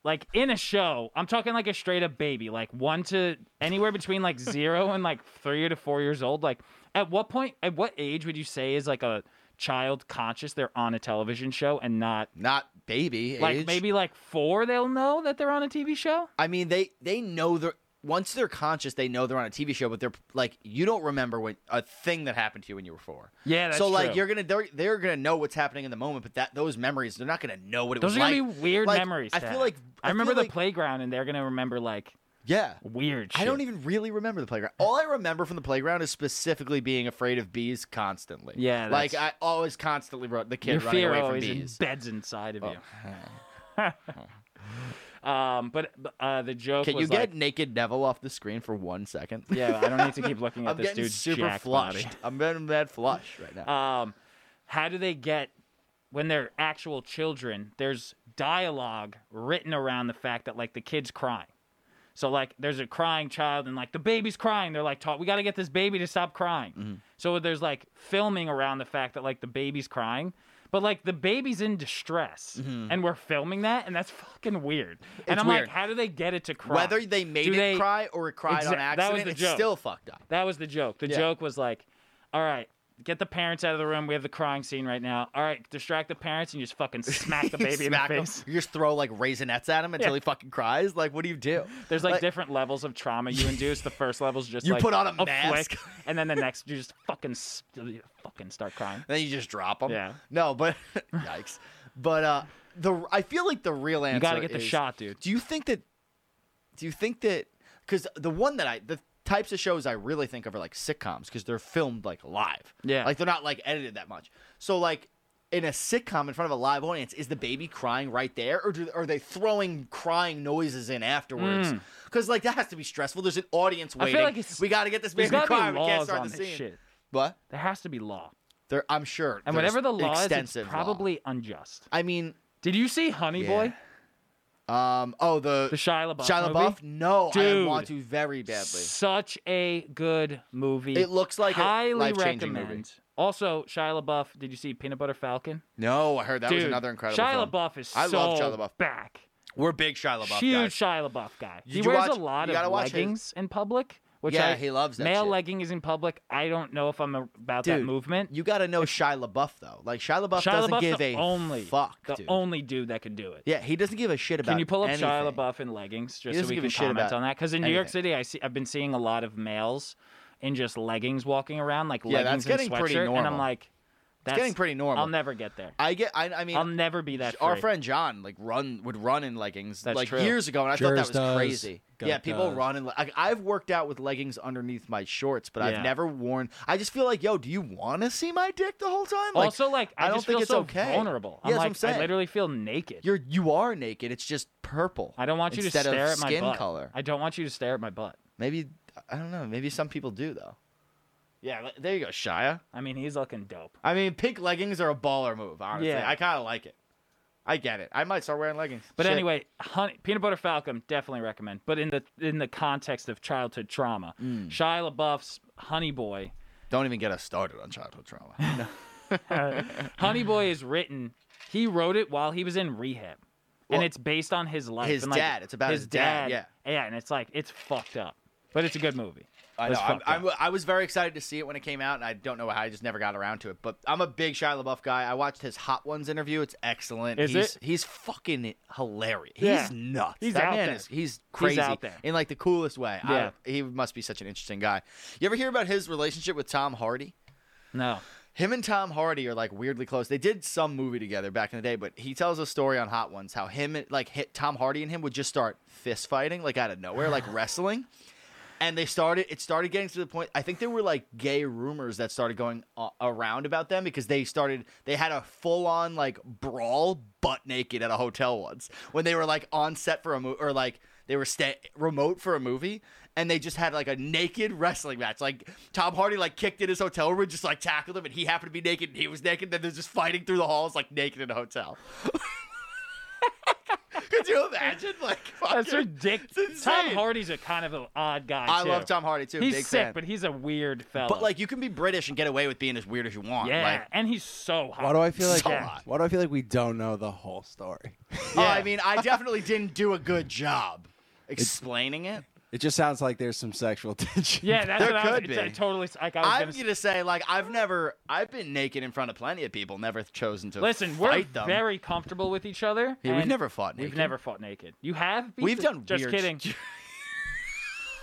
Speaker 4: like in a show, I'm talking like a straight up baby, like one to anywhere between like zero and like three to four years old. Like at what point, at what age would you say is like a child conscious they're on a television show and not
Speaker 1: not baby
Speaker 4: like
Speaker 1: age.
Speaker 4: maybe like four they'll know that they're on a TV show?
Speaker 1: I mean they they know they're once they're conscious, they know they're on a TV show, but they're like you don't remember when a thing that happened to you when you were four.
Speaker 4: Yeah, that's
Speaker 1: so like
Speaker 4: true.
Speaker 1: you're gonna they're, they're gonna know what's happening in the moment, but that those memories they're not gonna know what it
Speaker 4: Those
Speaker 1: was
Speaker 4: are gonna
Speaker 1: like.
Speaker 4: be weird
Speaker 1: Like,
Speaker 4: memories.
Speaker 1: I
Speaker 4: to
Speaker 1: feel
Speaker 4: have.
Speaker 1: like
Speaker 4: I remember
Speaker 1: feel
Speaker 4: the
Speaker 1: like-
Speaker 4: playground and they're gonna remember like
Speaker 1: Yeah,
Speaker 4: weird shit.
Speaker 1: I don't even really remember the playground. All I remember from the playground is specifically being afraid of bees constantly.
Speaker 4: Yeah,
Speaker 1: like I
Speaker 4: that's-
Speaker 1: always constantly wrote the kid
Speaker 4: your
Speaker 1: running
Speaker 4: fear
Speaker 1: away from
Speaker 4: always
Speaker 1: bees. Oh.
Speaker 4: embeds inside of you. um, but but, uh, the joke
Speaker 1: Can you
Speaker 4: was
Speaker 1: get
Speaker 4: like,
Speaker 1: naked Neville off the screen for one second?
Speaker 4: yeah, I don't need to keep looking at
Speaker 1: I'm
Speaker 4: this
Speaker 1: getting
Speaker 4: dude's
Speaker 1: super
Speaker 4: jack
Speaker 1: flushed.
Speaker 4: body.
Speaker 1: I'm getting mad flush right now.
Speaker 4: Um, how do they get when they're actual children? There's dialogue written around the fact that like the kid's crying. So like there's a crying child and like the baby's crying. They're like taught we got to get this baby to stop crying.
Speaker 1: Mm-hmm.
Speaker 4: So there's like filming around the fact that like the baby's crying. But like the baby's in distress, and we're filming that, and that's fucking weird. and
Speaker 1: Mm-hmm. It's
Speaker 4: I'm
Speaker 1: weird.
Speaker 4: like, how do they get it to cry?
Speaker 1: Whether they made
Speaker 4: Do
Speaker 1: it
Speaker 4: they-
Speaker 1: cry or it cried on
Speaker 4: Exact- that was
Speaker 1: accident,
Speaker 4: the
Speaker 1: it's
Speaker 4: joke.
Speaker 1: still fucked up.
Speaker 4: That was the joke. The
Speaker 1: Yeah.
Speaker 4: joke was like, all right, get the parents out of the room. We have the crying scene right now. All right, distract the parents and you just fucking smack the baby in the
Speaker 1: Smack him.
Speaker 4: face.
Speaker 1: You just throw like raisinets at him until
Speaker 4: Yeah.
Speaker 1: he fucking cries. Like, what do you do?
Speaker 4: There's like, different levels of trauma you induce. The first level's just
Speaker 1: You
Speaker 4: like,
Speaker 1: put on a
Speaker 4: flick,
Speaker 1: mask.
Speaker 4: and then the next you just fucking s- you fucking start crying.
Speaker 1: Then you just drop him.
Speaker 4: Yeah.
Speaker 1: No, but yikes. But uh, the I feel like the real answer.
Speaker 4: You gotta get the
Speaker 1: is-
Speaker 4: shot, dude.
Speaker 1: Do you think that? Do you think that? Because the one that I the types of shows I really think of are like sitcoms because they're filmed like live.
Speaker 4: Yeah.
Speaker 1: Like they're not like edited that much. So like in a sitcom in front of a live audience, is the baby crying right there, or do, are they throwing crying noises in afterwards? Because like that has to be stressful. There's an audience
Speaker 4: Hmm. feel
Speaker 1: waiting.
Speaker 4: like it's-
Speaker 1: we gotta get this
Speaker 4: There's
Speaker 1: baby
Speaker 4: gotta
Speaker 1: crying.
Speaker 4: be
Speaker 1: We can't
Speaker 4: laws
Speaker 1: start
Speaker 4: on
Speaker 1: the
Speaker 4: this
Speaker 1: scene.
Speaker 4: shit.
Speaker 1: What?
Speaker 4: There has to be law.
Speaker 1: There, I'm sure.
Speaker 4: And
Speaker 1: there's
Speaker 4: whatever the law is, it's
Speaker 1: extensive law.
Speaker 4: probably unjust.
Speaker 1: I mean,
Speaker 4: Did you see Honey
Speaker 1: Yeah.
Speaker 4: Boy?
Speaker 1: um, oh the
Speaker 4: The Shia LaBeouf
Speaker 1: Shia
Speaker 4: movie?
Speaker 1: LaBeouf. No, I
Speaker 4: Dude.
Speaker 1: want to very badly.
Speaker 4: Such a good movie.
Speaker 1: It looks like a
Speaker 4: highly
Speaker 1: life-changing movie.
Speaker 4: recommend. Also, Shia LaBeouf. Did you see Peanut Butter Falcon?
Speaker 1: No, I heard that
Speaker 4: Dude,
Speaker 1: was another incredible.
Speaker 4: Shia
Speaker 1: film.
Speaker 4: LaBeouf is
Speaker 1: I
Speaker 4: so
Speaker 1: love Shia LaBeouf.
Speaker 4: back.
Speaker 1: We're big Shia LaBeouf
Speaker 4: Huge
Speaker 1: guys.
Speaker 4: Shia LaBeouf guy.
Speaker 1: Did
Speaker 4: he
Speaker 1: you
Speaker 4: wears
Speaker 1: watch-
Speaker 4: a lot
Speaker 1: you gotta
Speaker 4: of
Speaker 1: watch his-
Speaker 4: leggings in public. Which
Speaker 1: Yeah,
Speaker 4: I,
Speaker 1: he loves that
Speaker 4: male
Speaker 1: shit.
Speaker 4: leggings in public. I don't know if I'm about that
Speaker 1: Dude,
Speaker 4: movement.
Speaker 1: You gotta know Shia LaBeouf though. Like Shia LaBeouf
Speaker 4: Shia
Speaker 1: doesn't
Speaker 4: LaBeouf's
Speaker 1: give
Speaker 4: the
Speaker 1: a
Speaker 4: only
Speaker 1: fuck,
Speaker 4: the
Speaker 1: dude.
Speaker 4: only dude that can do it.
Speaker 1: Yeah, he doesn't give a shit about.
Speaker 4: Can you pull up Shia
Speaker 1: anything.
Speaker 4: LaBeouf in leggings just so
Speaker 1: doesn't
Speaker 4: we
Speaker 1: give a
Speaker 4: can
Speaker 1: shit
Speaker 4: comment
Speaker 1: about
Speaker 4: on that? Because in New York
Speaker 1: anything.
Speaker 4: City, I see I've been seeing a lot of males in just leggings walking around, like
Speaker 1: Yeah,
Speaker 4: leggings
Speaker 1: that's getting
Speaker 4: and sweatshirt,
Speaker 1: pretty
Speaker 4: and
Speaker 1: normal.
Speaker 4: I'm like, that's
Speaker 1: getting pretty normal.
Speaker 4: I'll never get there.
Speaker 1: I get. I, I mean,
Speaker 4: I'll never be that.
Speaker 1: our
Speaker 4: free.
Speaker 1: friend John like run would run in leggings
Speaker 4: That's
Speaker 1: like
Speaker 4: true.
Speaker 1: years ago, and I thought
Speaker 5: Jers
Speaker 1: that was
Speaker 5: does.
Speaker 1: crazy.
Speaker 5: Gunk
Speaker 1: yeah, people
Speaker 5: does.
Speaker 1: run in. le- Like, I've worked out with leggings underneath my shorts, but I've
Speaker 4: Yeah.
Speaker 1: never worn. I just feel like, yo, do you want to see my dick the whole time? Like,
Speaker 4: also, like I,
Speaker 1: don't
Speaker 4: just
Speaker 1: think
Speaker 4: feel
Speaker 1: it's
Speaker 4: so
Speaker 1: okay.
Speaker 4: vulnerable. I'm
Speaker 1: Yeah, that's what
Speaker 4: like
Speaker 1: I'm saying.
Speaker 4: I literally feel naked.
Speaker 1: you're you are naked. It's just purple.
Speaker 4: I don't want you to
Speaker 1: instead
Speaker 4: stare
Speaker 1: of
Speaker 4: at my
Speaker 1: skin
Speaker 4: butt.
Speaker 1: color.
Speaker 4: I don't want you to stare at my butt.
Speaker 1: Maybe I don't know. Maybe some people do though. Yeah, le- there you go, Shia.
Speaker 4: I mean, he's looking dope.
Speaker 1: I mean, pink leggings are a baller move. Honestly,
Speaker 4: Yeah.
Speaker 1: I kind of like it. I get it. I might start wearing leggings.
Speaker 4: But
Speaker 1: Shit.
Speaker 4: anyway, honey, peanut butter falcon definitely recommend. But in the in the context of childhood trauma,
Speaker 1: Mm.
Speaker 4: Shia LaBeouf's Honey Boy
Speaker 1: don't even get us started on childhood trauma.
Speaker 4: Honey Boy is written. He wrote it while he was in rehab,
Speaker 1: Well,
Speaker 4: and it's based on his life.
Speaker 1: his
Speaker 4: and, like,
Speaker 1: dad. It's about his dad,
Speaker 4: Yeah, and it's like it's fucked up, but it's a good movie.
Speaker 1: I
Speaker 4: It was
Speaker 1: know. I'm,
Speaker 4: fucked
Speaker 1: I'm,
Speaker 4: up.
Speaker 1: I was very excited to see it when it came out, and I don't know how I just never got around to it. But I'm a big Shia LaBeouf guy. I watched his Hot Ones interview. It's excellent.
Speaker 4: Is
Speaker 1: he's,
Speaker 4: it?
Speaker 1: He's fucking hilarious.
Speaker 4: Yeah.
Speaker 1: He's nuts.
Speaker 4: He's
Speaker 1: that
Speaker 4: out
Speaker 1: man
Speaker 4: there.
Speaker 1: is. He's crazy.
Speaker 4: out there.
Speaker 1: in like the coolest way. I-
Speaker 4: Yeah.
Speaker 1: he must be such an interesting guy. You ever hear about his relationship with Tom Hardy?
Speaker 4: no,
Speaker 1: Him and Tom Hardy are like weirdly close. They did some movie together back in the day, but he tells a story on Hot Ones how him and- like hit Tom Hardy and him would just start fist fighting like out of nowhere, like wrestling. And they started. It started getting to the point. I think there were like gay rumors that started going a- around about them because they started. They had a full on like brawl, butt naked at a hotel once when they were like on set for a movie or like they were sta- remote for a movie and they just had like a naked wrestling match. Like Tom Hardy like kicked in his hotel room, and just like tackled him, and he happened to be naked. and He was naked. Then they're just fighting through the halls like naked in a hotel. Could you imagine? Like
Speaker 4: that's
Speaker 1: fucking-
Speaker 4: ridiculous.
Speaker 1: It's
Speaker 4: Tom
Speaker 1: insane.
Speaker 4: Hardy's a kind of an odd guy.
Speaker 1: I
Speaker 4: too.
Speaker 1: love Tom Hardy too.
Speaker 4: He's
Speaker 1: big
Speaker 4: sick,
Speaker 1: fan.
Speaker 4: but he's a weird fellow.
Speaker 1: But like you can be British and get away with being as weird as you want.
Speaker 4: yeah,
Speaker 1: Like,
Speaker 4: and he's so hot.
Speaker 5: Why do I feel like?
Speaker 1: So hot.
Speaker 5: Why do I feel like we don't know the whole story?
Speaker 1: Oh, I mean, I definitely didn't do a good job explaining it.
Speaker 5: It just sounds like there's some sexual tension.
Speaker 4: Yeah, that's
Speaker 1: There
Speaker 4: what I was,
Speaker 1: could
Speaker 4: it's, uh,
Speaker 1: be.
Speaker 4: totally. Like I was
Speaker 1: I'm
Speaker 4: gonna say.
Speaker 1: gonna say, like, I've never, I've been naked in front of plenty of people, never chosen to
Speaker 4: Listen, we're
Speaker 1: fight them.
Speaker 4: very comfortable with each other.
Speaker 1: Yeah, we've
Speaker 4: and
Speaker 1: never fought
Speaker 4: We've
Speaker 1: naked.
Speaker 4: never fought naked. You have? beat
Speaker 1: We've
Speaker 4: the-
Speaker 1: done
Speaker 4: Just
Speaker 1: weird
Speaker 4: kidding.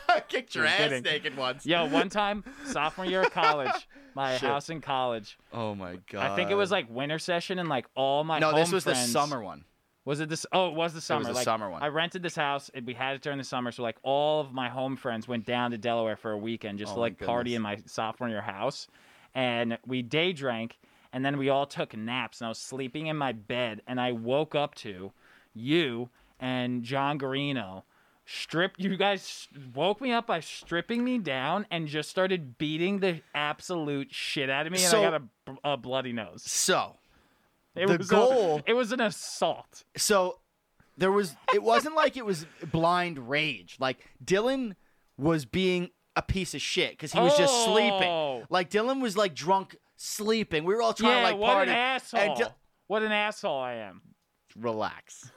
Speaker 1: I kicked your
Speaker 4: Just
Speaker 1: ass
Speaker 4: kidding.
Speaker 1: naked once.
Speaker 4: Yo, one time, sophomore year of college, my house in college.
Speaker 1: Oh my god.
Speaker 4: I think it was like winter session, and like all my
Speaker 1: No, this
Speaker 4: home
Speaker 1: was
Speaker 4: friends-
Speaker 1: the summer one.
Speaker 4: Was it this? Oh, it was the summer.
Speaker 1: the
Speaker 4: like,
Speaker 1: summer one.
Speaker 4: I rented this house, and we had it during the summer. So like all of my home friends went down to Delaware for a weekend just
Speaker 1: Oh,
Speaker 4: to
Speaker 1: my
Speaker 4: like party
Speaker 1: goodness.
Speaker 4: in my sophomore year house, and we day drank, and then we all took naps, and I was sleeping in my bed, and I woke up to you and John Garino. Strip you guys woke me up by stripping me down and just started beating the absolute shit out of me, and
Speaker 1: So-
Speaker 4: I got a, a bloody nose.
Speaker 1: So
Speaker 4: It
Speaker 1: the
Speaker 4: was a-
Speaker 1: goal-
Speaker 4: it was an assault.
Speaker 1: So there was it wasn't like it was blind rage. Like Dylan was being a piece of shit because he was just
Speaker 4: Oh.
Speaker 1: sleeping. Like Dylan was like drunk sleeping. We were all trying
Speaker 4: yeah,
Speaker 1: to like
Speaker 4: what
Speaker 1: party.
Speaker 4: an
Speaker 1: and
Speaker 4: asshole!
Speaker 1: Dil-
Speaker 4: what an asshole I am.
Speaker 1: relax.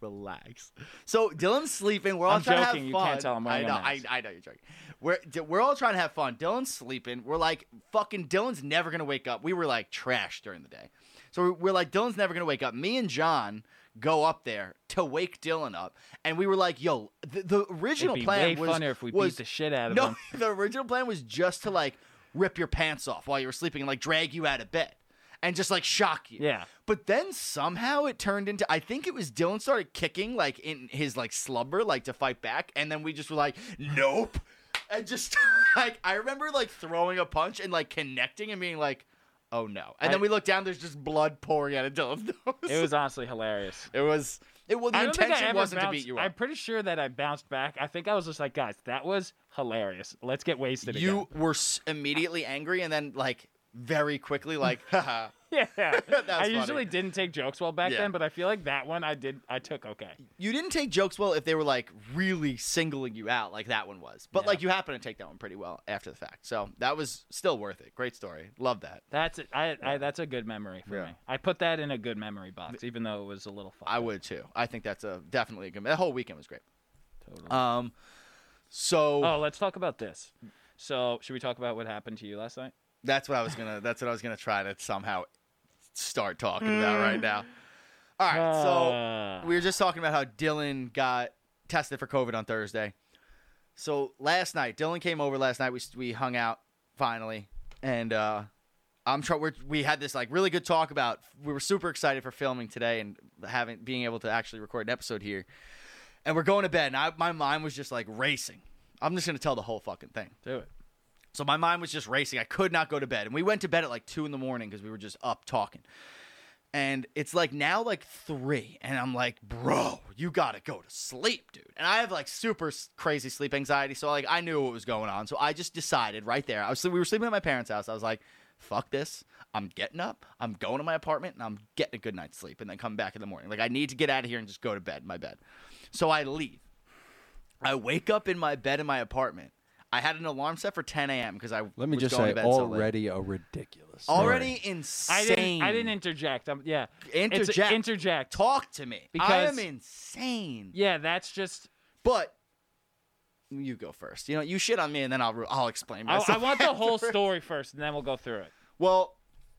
Speaker 1: relax. So Dylan's sleeping. We're all
Speaker 4: I'm
Speaker 1: trying to
Speaker 4: joking.
Speaker 1: have
Speaker 4: You
Speaker 1: fun.
Speaker 4: can't tell I'm wearing a
Speaker 1: I know.
Speaker 4: mask.
Speaker 1: I, I know you're joking. We're D- we're all trying to have fun. Dylan's sleeping. We're like fucking. Dylan's never gonna wake up. We were like trash during the day, so we- we're like Dylan's never gonna wake up. Me and John go up there to wake Dylan up, and we were like, "Yo, the, the original
Speaker 4: It'd be
Speaker 1: plan
Speaker 4: way
Speaker 1: was
Speaker 4: funner if we
Speaker 1: was-
Speaker 4: beat the shit out of
Speaker 1: no,
Speaker 4: him.
Speaker 1: the original plan was just to like rip your pants off while you were sleeping and like drag you out of bed and just like shock you.
Speaker 4: Yeah.
Speaker 1: But then somehow it turned into I think it was Dylan started kicking like in his like slumber like to fight back and then we just were like nope and just like I remember like throwing a punch and like connecting and being like oh no. And then
Speaker 4: I-
Speaker 1: we look down there's just blood pouring out of Dylan's nose.
Speaker 4: It was honestly hilarious.
Speaker 1: it was it well the
Speaker 4: I don't think I
Speaker 1: intention
Speaker 4: ever
Speaker 1: wasn't
Speaker 4: bounced,
Speaker 1: to beat you
Speaker 4: I'm
Speaker 1: up.
Speaker 4: pretty sure that I bounced back. I think I was just like, guys, that was hilarious. Let's get wasted
Speaker 1: You were s- immediately angry and then like very quickly like haha
Speaker 4: again. Yeah.
Speaker 1: That was
Speaker 4: I
Speaker 1: funny.
Speaker 4: usually didn't take jokes well back
Speaker 1: Yeah.
Speaker 4: then, but I feel like that one I did. I took okay.
Speaker 1: you didn't take jokes well if they were like really singling you out like that one was but
Speaker 4: Yeah.
Speaker 1: like you happen to take that one pretty well after the fact so that was still worth it great story love that
Speaker 4: That's it. I, I that's a good memory for
Speaker 1: Yeah.
Speaker 4: me. I put that in a good memory box, even though it was a little fun.
Speaker 1: i would too i think that's a definitely a good that whole weekend was great um so
Speaker 4: oh, let's talk about this. So, should we talk about what happened to you last night?
Speaker 1: that's what i was gonna that's what i was gonna try to somehow start talking about right now all right so
Speaker 4: Mm. Uh,
Speaker 1: we were just talking about how Dylan got tested for COVID on Thursday. So last night, Dylan came over last night. We we hung out finally, and uh, I'm try- we're, we had this like really good talk about. We were super excited for filming today and having being able to actually record an episode here. And we're going to bed, and I, my mind was just like racing. I'm just gonna tell the whole fucking thing.
Speaker 4: do it.
Speaker 1: So my mind was just racing. I could not go to bed. And we went to bed at like two in the morning because we were just up talking. And it's like now like three. And I'm like, bro, you gotta go to sleep, dude. And I have like super s- crazy sleep anxiety. So like I knew what was going on. So I just decided right there. I was we were sleeping at my parents' house. I was like, fuck this. I'm getting up. I'm going to my apartment and I'm getting a good night's sleep and then come back in the morning. Like I need to get out of here and just go to bed, my bed. So I leave. I wake up in my bed in my apartment. I had an alarm set for 10 a.m. because I
Speaker 5: Let me
Speaker 1: was
Speaker 5: just
Speaker 1: going
Speaker 5: say,
Speaker 1: to bed so late.
Speaker 5: already a ridiculous. story.
Speaker 1: already
Speaker 4: I
Speaker 1: insane.
Speaker 4: didn't. I didn't interject. I'm, yeah. It's-
Speaker 1: Interject.
Speaker 4: interject.
Speaker 1: talk to me. I
Speaker 4: Because-
Speaker 1: am insane.
Speaker 4: Yeah, that's just.
Speaker 1: But you go first. You know, you shit on me and then I'll I'll explain
Speaker 4: I,
Speaker 1: myself.
Speaker 4: I want the whole
Speaker 1: afterwards.
Speaker 4: story first, and then we'll go through it.
Speaker 1: Well,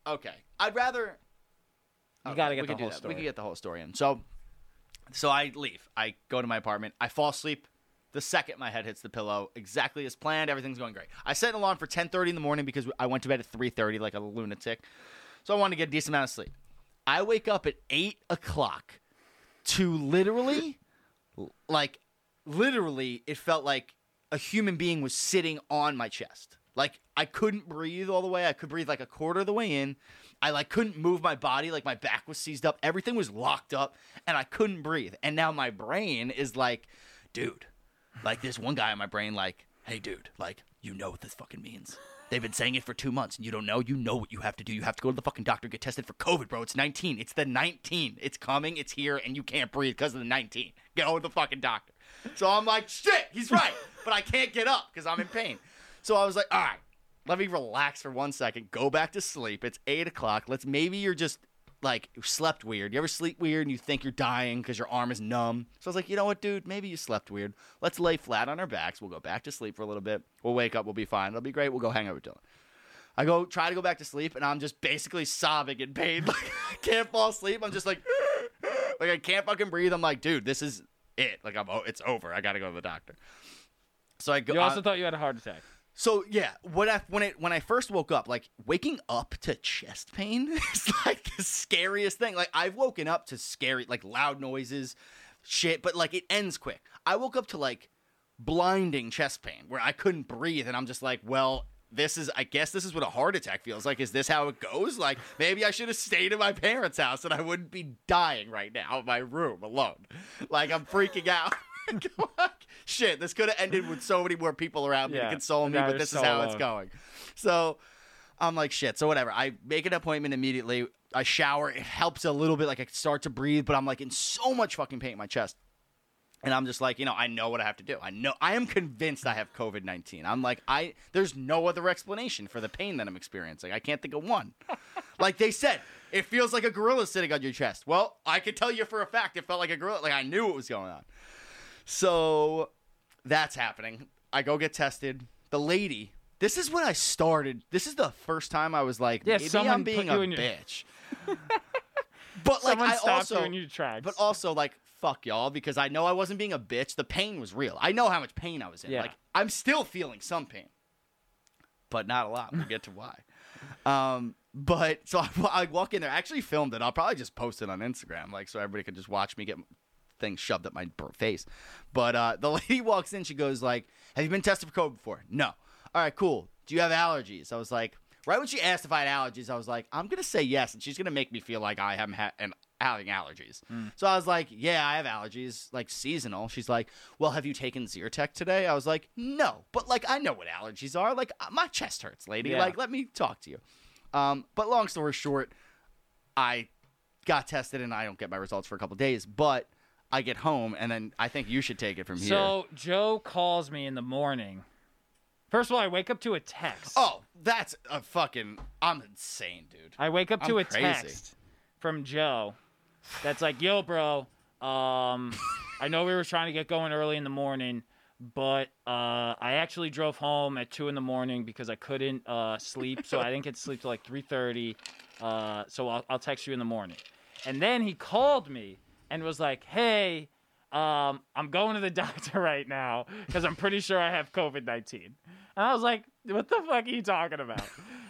Speaker 1: okay. I'd rather
Speaker 4: You
Speaker 1: Okay,
Speaker 4: gotta
Speaker 1: we
Speaker 4: get the
Speaker 1: can do
Speaker 4: whole
Speaker 1: that.
Speaker 4: story.
Speaker 1: We can get the whole story in. So, so I leave. I go to my apartment. I fall asleep. The second my head hits the pillow, exactly as planned, everything's going great. I set an alarm for 10:30 in the morning because I went to bed at 3:30 like a lunatic, so I wanted to get a decent amount of sleep. I wake up at eight o'clock to literally, like, literally, it felt like a human being was sitting on my chest. Like I couldn't breathe all the way. I could breathe like a quarter of the way in. I like couldn't move my body. Like my back was seized up. Everything was locked up, and I couldn't breathe. And now my brain is like, dude, like this one guy in my brain, like, hey, dude, like you know what this fucking means. They've been saying it for two months, and you don't know. You know what you have to do. You have to go to the fucking doctor, get tested for COVID, bro. It's 19. It's the 19. It's coming. It's here, and you can't breathe because of the 19. Go to the fucking doctor. So I'm like, shit, he's right, but I can't get up because I'm in pain. So I was like, all right, let me relax for one second. Go back to sleep. It's eight o'clock. Let's maybe you're just like slept weird. You ever sleep weird and you think you're dying because your arm is numb? So I was like, you know what, dude? Maybe you slept weird. Let's lay flat on our backs. We'll go back to sleep for a little bit. We'll wake up. We'll be fine. It'll be great. We'll go hang out with Dylan. I go try to go back to sleep and I'm just basically sobbing in pain. Like I can't fall asleep. I'm just like, like I can't fucking breathe. I'm like, dude, this is it. Like I'm, o- it's over. I gotta go to the doctor. So I go.
Speaker 4: You also
Speaker 1: I-
Speaker 4: thought you had a heart attack.
Speaker 1: so yeah, what I, when it when I first woke up, like waking up to chest pain is like the scariest thing. Like I've woken up to scary, like loud noises, shit, but like it ends quick. I woke up to like blinding chest pain where I couldn't breathe, and I'm just like, well, this is I guess this is what a heart attack feels like. Is this how it goes? Like maybe I should have stayed in my parents' house and I wouldn't be dying right now in my room alone. Like I'm freaking out. Shit, this could have ended with so many more people around me to
Speaker 4: Yeah.
Speaker 1: console me,
Speaker 4: Now
Speaker 1: but
Speaker 4: you're
Speaker 1: this is
Speaker 4: so
Speaker 1: how it's
Speaker 4: alone.
Speaker 1: going. So I'm like, shit. So whatever. I make an appointment immediately. I shower. It helps a little bit. Like I start to breathe, but I'm like in so much fucking pain in my chest. And I'm just like, you know, I know what I have to do. I know I am convinced I have COVID nineteen. I'm like, I there's no other explanation for the pain that I'm experiencing. I can't think of one. like they said, it feels like a gorilla sitting on your chest. Well, I could tell you for a fact it felt like a gorilla. Like I knew what was going on. So that's happening. I go get tested. The lady. This is when I started. This is the first time I was like,
Speaker 4: Yeah,
Speaker 1: maybe
Speaker 4: someone
Speaker 1: I'm
Speaker 4: put
Speaker 1: being
Speaker 4: you
Speaker 1: a
Speaker 4: in your-
Speaker 1: bitch. but like
Speaker 4: Someone
Speaker 1: I
Speaker 4: stopped
Speaker 1: also
Speaker 4: you in your tracks.
Speaker 1: but also like fuck y'all because I know I wasn't being a bitch. The pain was real. I know how much pain I was in.
Speaker 4: Yeah.
Speaker 1: Like I'm still feeling some pain, but not a lot. We'll get to why. Um, but so I, I walk in there. I actually filmed it. I'll probably just post it on Instagram, like so everybody can just watch me get things shoved up my bur- face. But uh, the lady walks in. She goes like, "Have you been tested for COVID before?" No. All right, cool. Do you have allergies? I was like, right when she asked if I had allergies, I was like, I'm gonna say yes, and she's gonna make me feel like I am ha- am having allergies. So I was like, Yeah, I have allergies, like seasonal. She's like, Well, have you taken Zyrtec today? I was like, No, but like I know what allergies are. Like uh, my chest hurts, lady.
Speaker 4: Yeah.
Speaker 1: Like let me talk to you. Um, but long story short, I got tested and I don't get my results for a couple days, but I get home and then I think you should take it from here.
Speaker 4: So Joe calls me in the morning. First of all, I wake up to a text.
Speaker 1: Oh, that's a fucking I'm insane, dude.
Speaker 4: I wake up to a
Speaker 1: I'm crazy.
Speaker 4: text from Joe that's like, "Yo, bro, um, I know we were trying to get going early in the morning, but uh, I actually drove home at two in the morning because I couldn't uh, sleep, so I didn't get to sleep till like three thirty. Uh, so I'll, I'll text you in the morning." And then he called me and was like, "Hey." Um, I'm going to the doctor right now because I'm pretty sure I have COVID 19. And I was like, what the fuck are you talking about?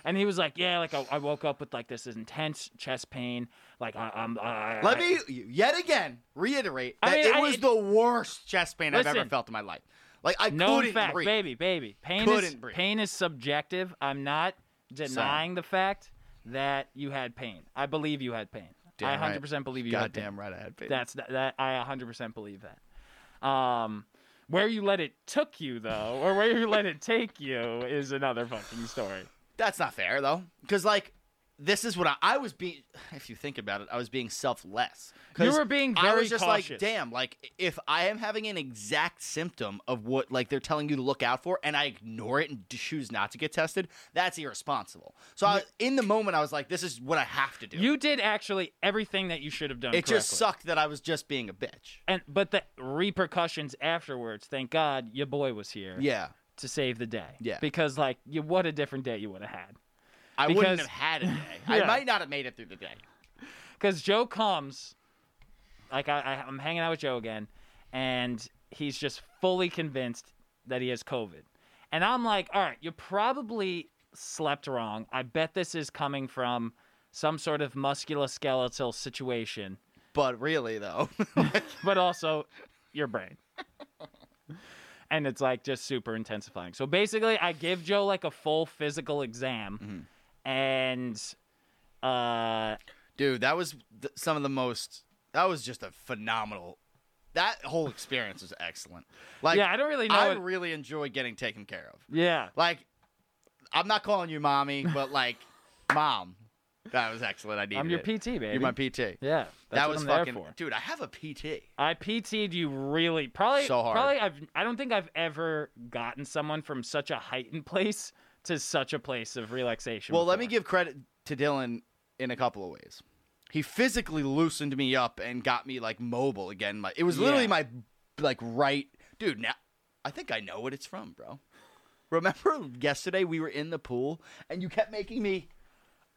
Speaker 4: And he was like, yeah, like I, I woke up with like this intense chest pain. Like I, I'm. I,
Speaker 1: Let
Speaker 4: I-
Speaker 1: me yet again reiterate
Speaker 4: I
Speaker 1: that
Speaker 4: mean,
Speaker 1: it
Speaker 4: I-
Speaker 1: was the worst chest pain I've ever
Speaker 4: Listen.
Speaker 1: felt in my life. Like I
Speaker 4: No
Speaker 1: couldn't
Speaker 4: fact,
Speaker 1: breathe.
Speaker 4: baby, baby. Pain is
Speaker 1: Couldn't breathe.
Speaker 4: pain is subjective. I'm not denying the fact that you had pain. I believe you had pain.
Speaker 1: Damn
Speaker 4: I
Speaker 1: right.
Speaker 4: 100% believe you had pain.
Speaker 1: Goddamn right, I had pain.
Speaker 4: That's that, that I 100% believe that. Um, where you let it took you though, or where you let it take you is another fucking story.
Speaker 1: That's not fair though, because like this is what I, I was being. If you think about it, I was being selfless. 'Cause
Speaker 4: You were being
Speaker 1: I
Speaker 4: very
Speaker 1: was just like,
Speaker 4: cautious.
Speaker 1: damn. Like if I am having an exact symptom of what like they're telling you to look out for, and I ignore it and choose not to get tested, that's irresponsible. So I, in the moment, I was like, this is what I have to do.
Speaker 4: You did actually everything that you should have done.
Speaker 1: it just
Speaker 4: correctly.
Speaker 1: sucked that I was just being a bitch.
Speaker 4: and but the repercussions afterwards. Thank God your boy was here
Speaker 1: Yeah.
Speaker 4: to save the day.
Speaker 1: Yeah.
Speaker 4: because like you, what a different day you would have had.
Speaker 1: I
Speaker 4: Because-
Speaker 1: wouldn't have had a day.
Speaker 4: Yeah.
Speaker 1: I might not have made it through the day.
Speaker 4: Because Joe comes, like I, I, I'm hanging out with Joe again, and he's just fully convinced that he has COVID, and I'm like, all right, you probably slept wrong. I bet this is coming from some sort of musculoskeletal situation.
Speaker 1: But really, though,
Speaker 4: but also your brain. and it's like just super intensifying. So basically, I give Joe like a full physical exam,
Speaker 1: Mm-hmm.
Speaker 4: and uh,
Speaker 1: dude, that was th- some of the most. That was just a phenomenal. That whole experience was excellent. Like,
Speaker 4: yeah, I don't really know.
Speaker 1: I
Speaker 4: what-
Speaker 1: really enjoy getting taken care of.
Speaker 4: yeah,
Speaker 1: Like, I'm not calling you mommy, but like, mom, that was excellent. I needed
Speaker 4: I'm your
Speaker 1: it.
Speaker 4: PT, baby.
Speaker 1: You're my PT.
Speaker 4: yeah, that's
Speaker 1: that
Speaker 4: what
Speaker 1: was
Speaker 4: I'm
Speaker 1: fucking.
Speaker 4: there for.
Speaker 1: Dude, I have a PT.
Speaker 4: I PT'd you really probably
Speaker 1: So hard.
Speaker 4: Probably I've I don't think I've ever gotten someone from such a heightened place to such a place of relaxation.
Speaker 1: Well, let me
Speaker 4: before.
Speaker 1: give credit to Dylan in a couple of ways. He physically loosened me up and got me like mobile again. My, it was literally
Speaker 4: Yeah.
Speaker 1: my like right dude. Now I think I know what it's from, bro. Remember yesterday we were in the pool and you kept making me.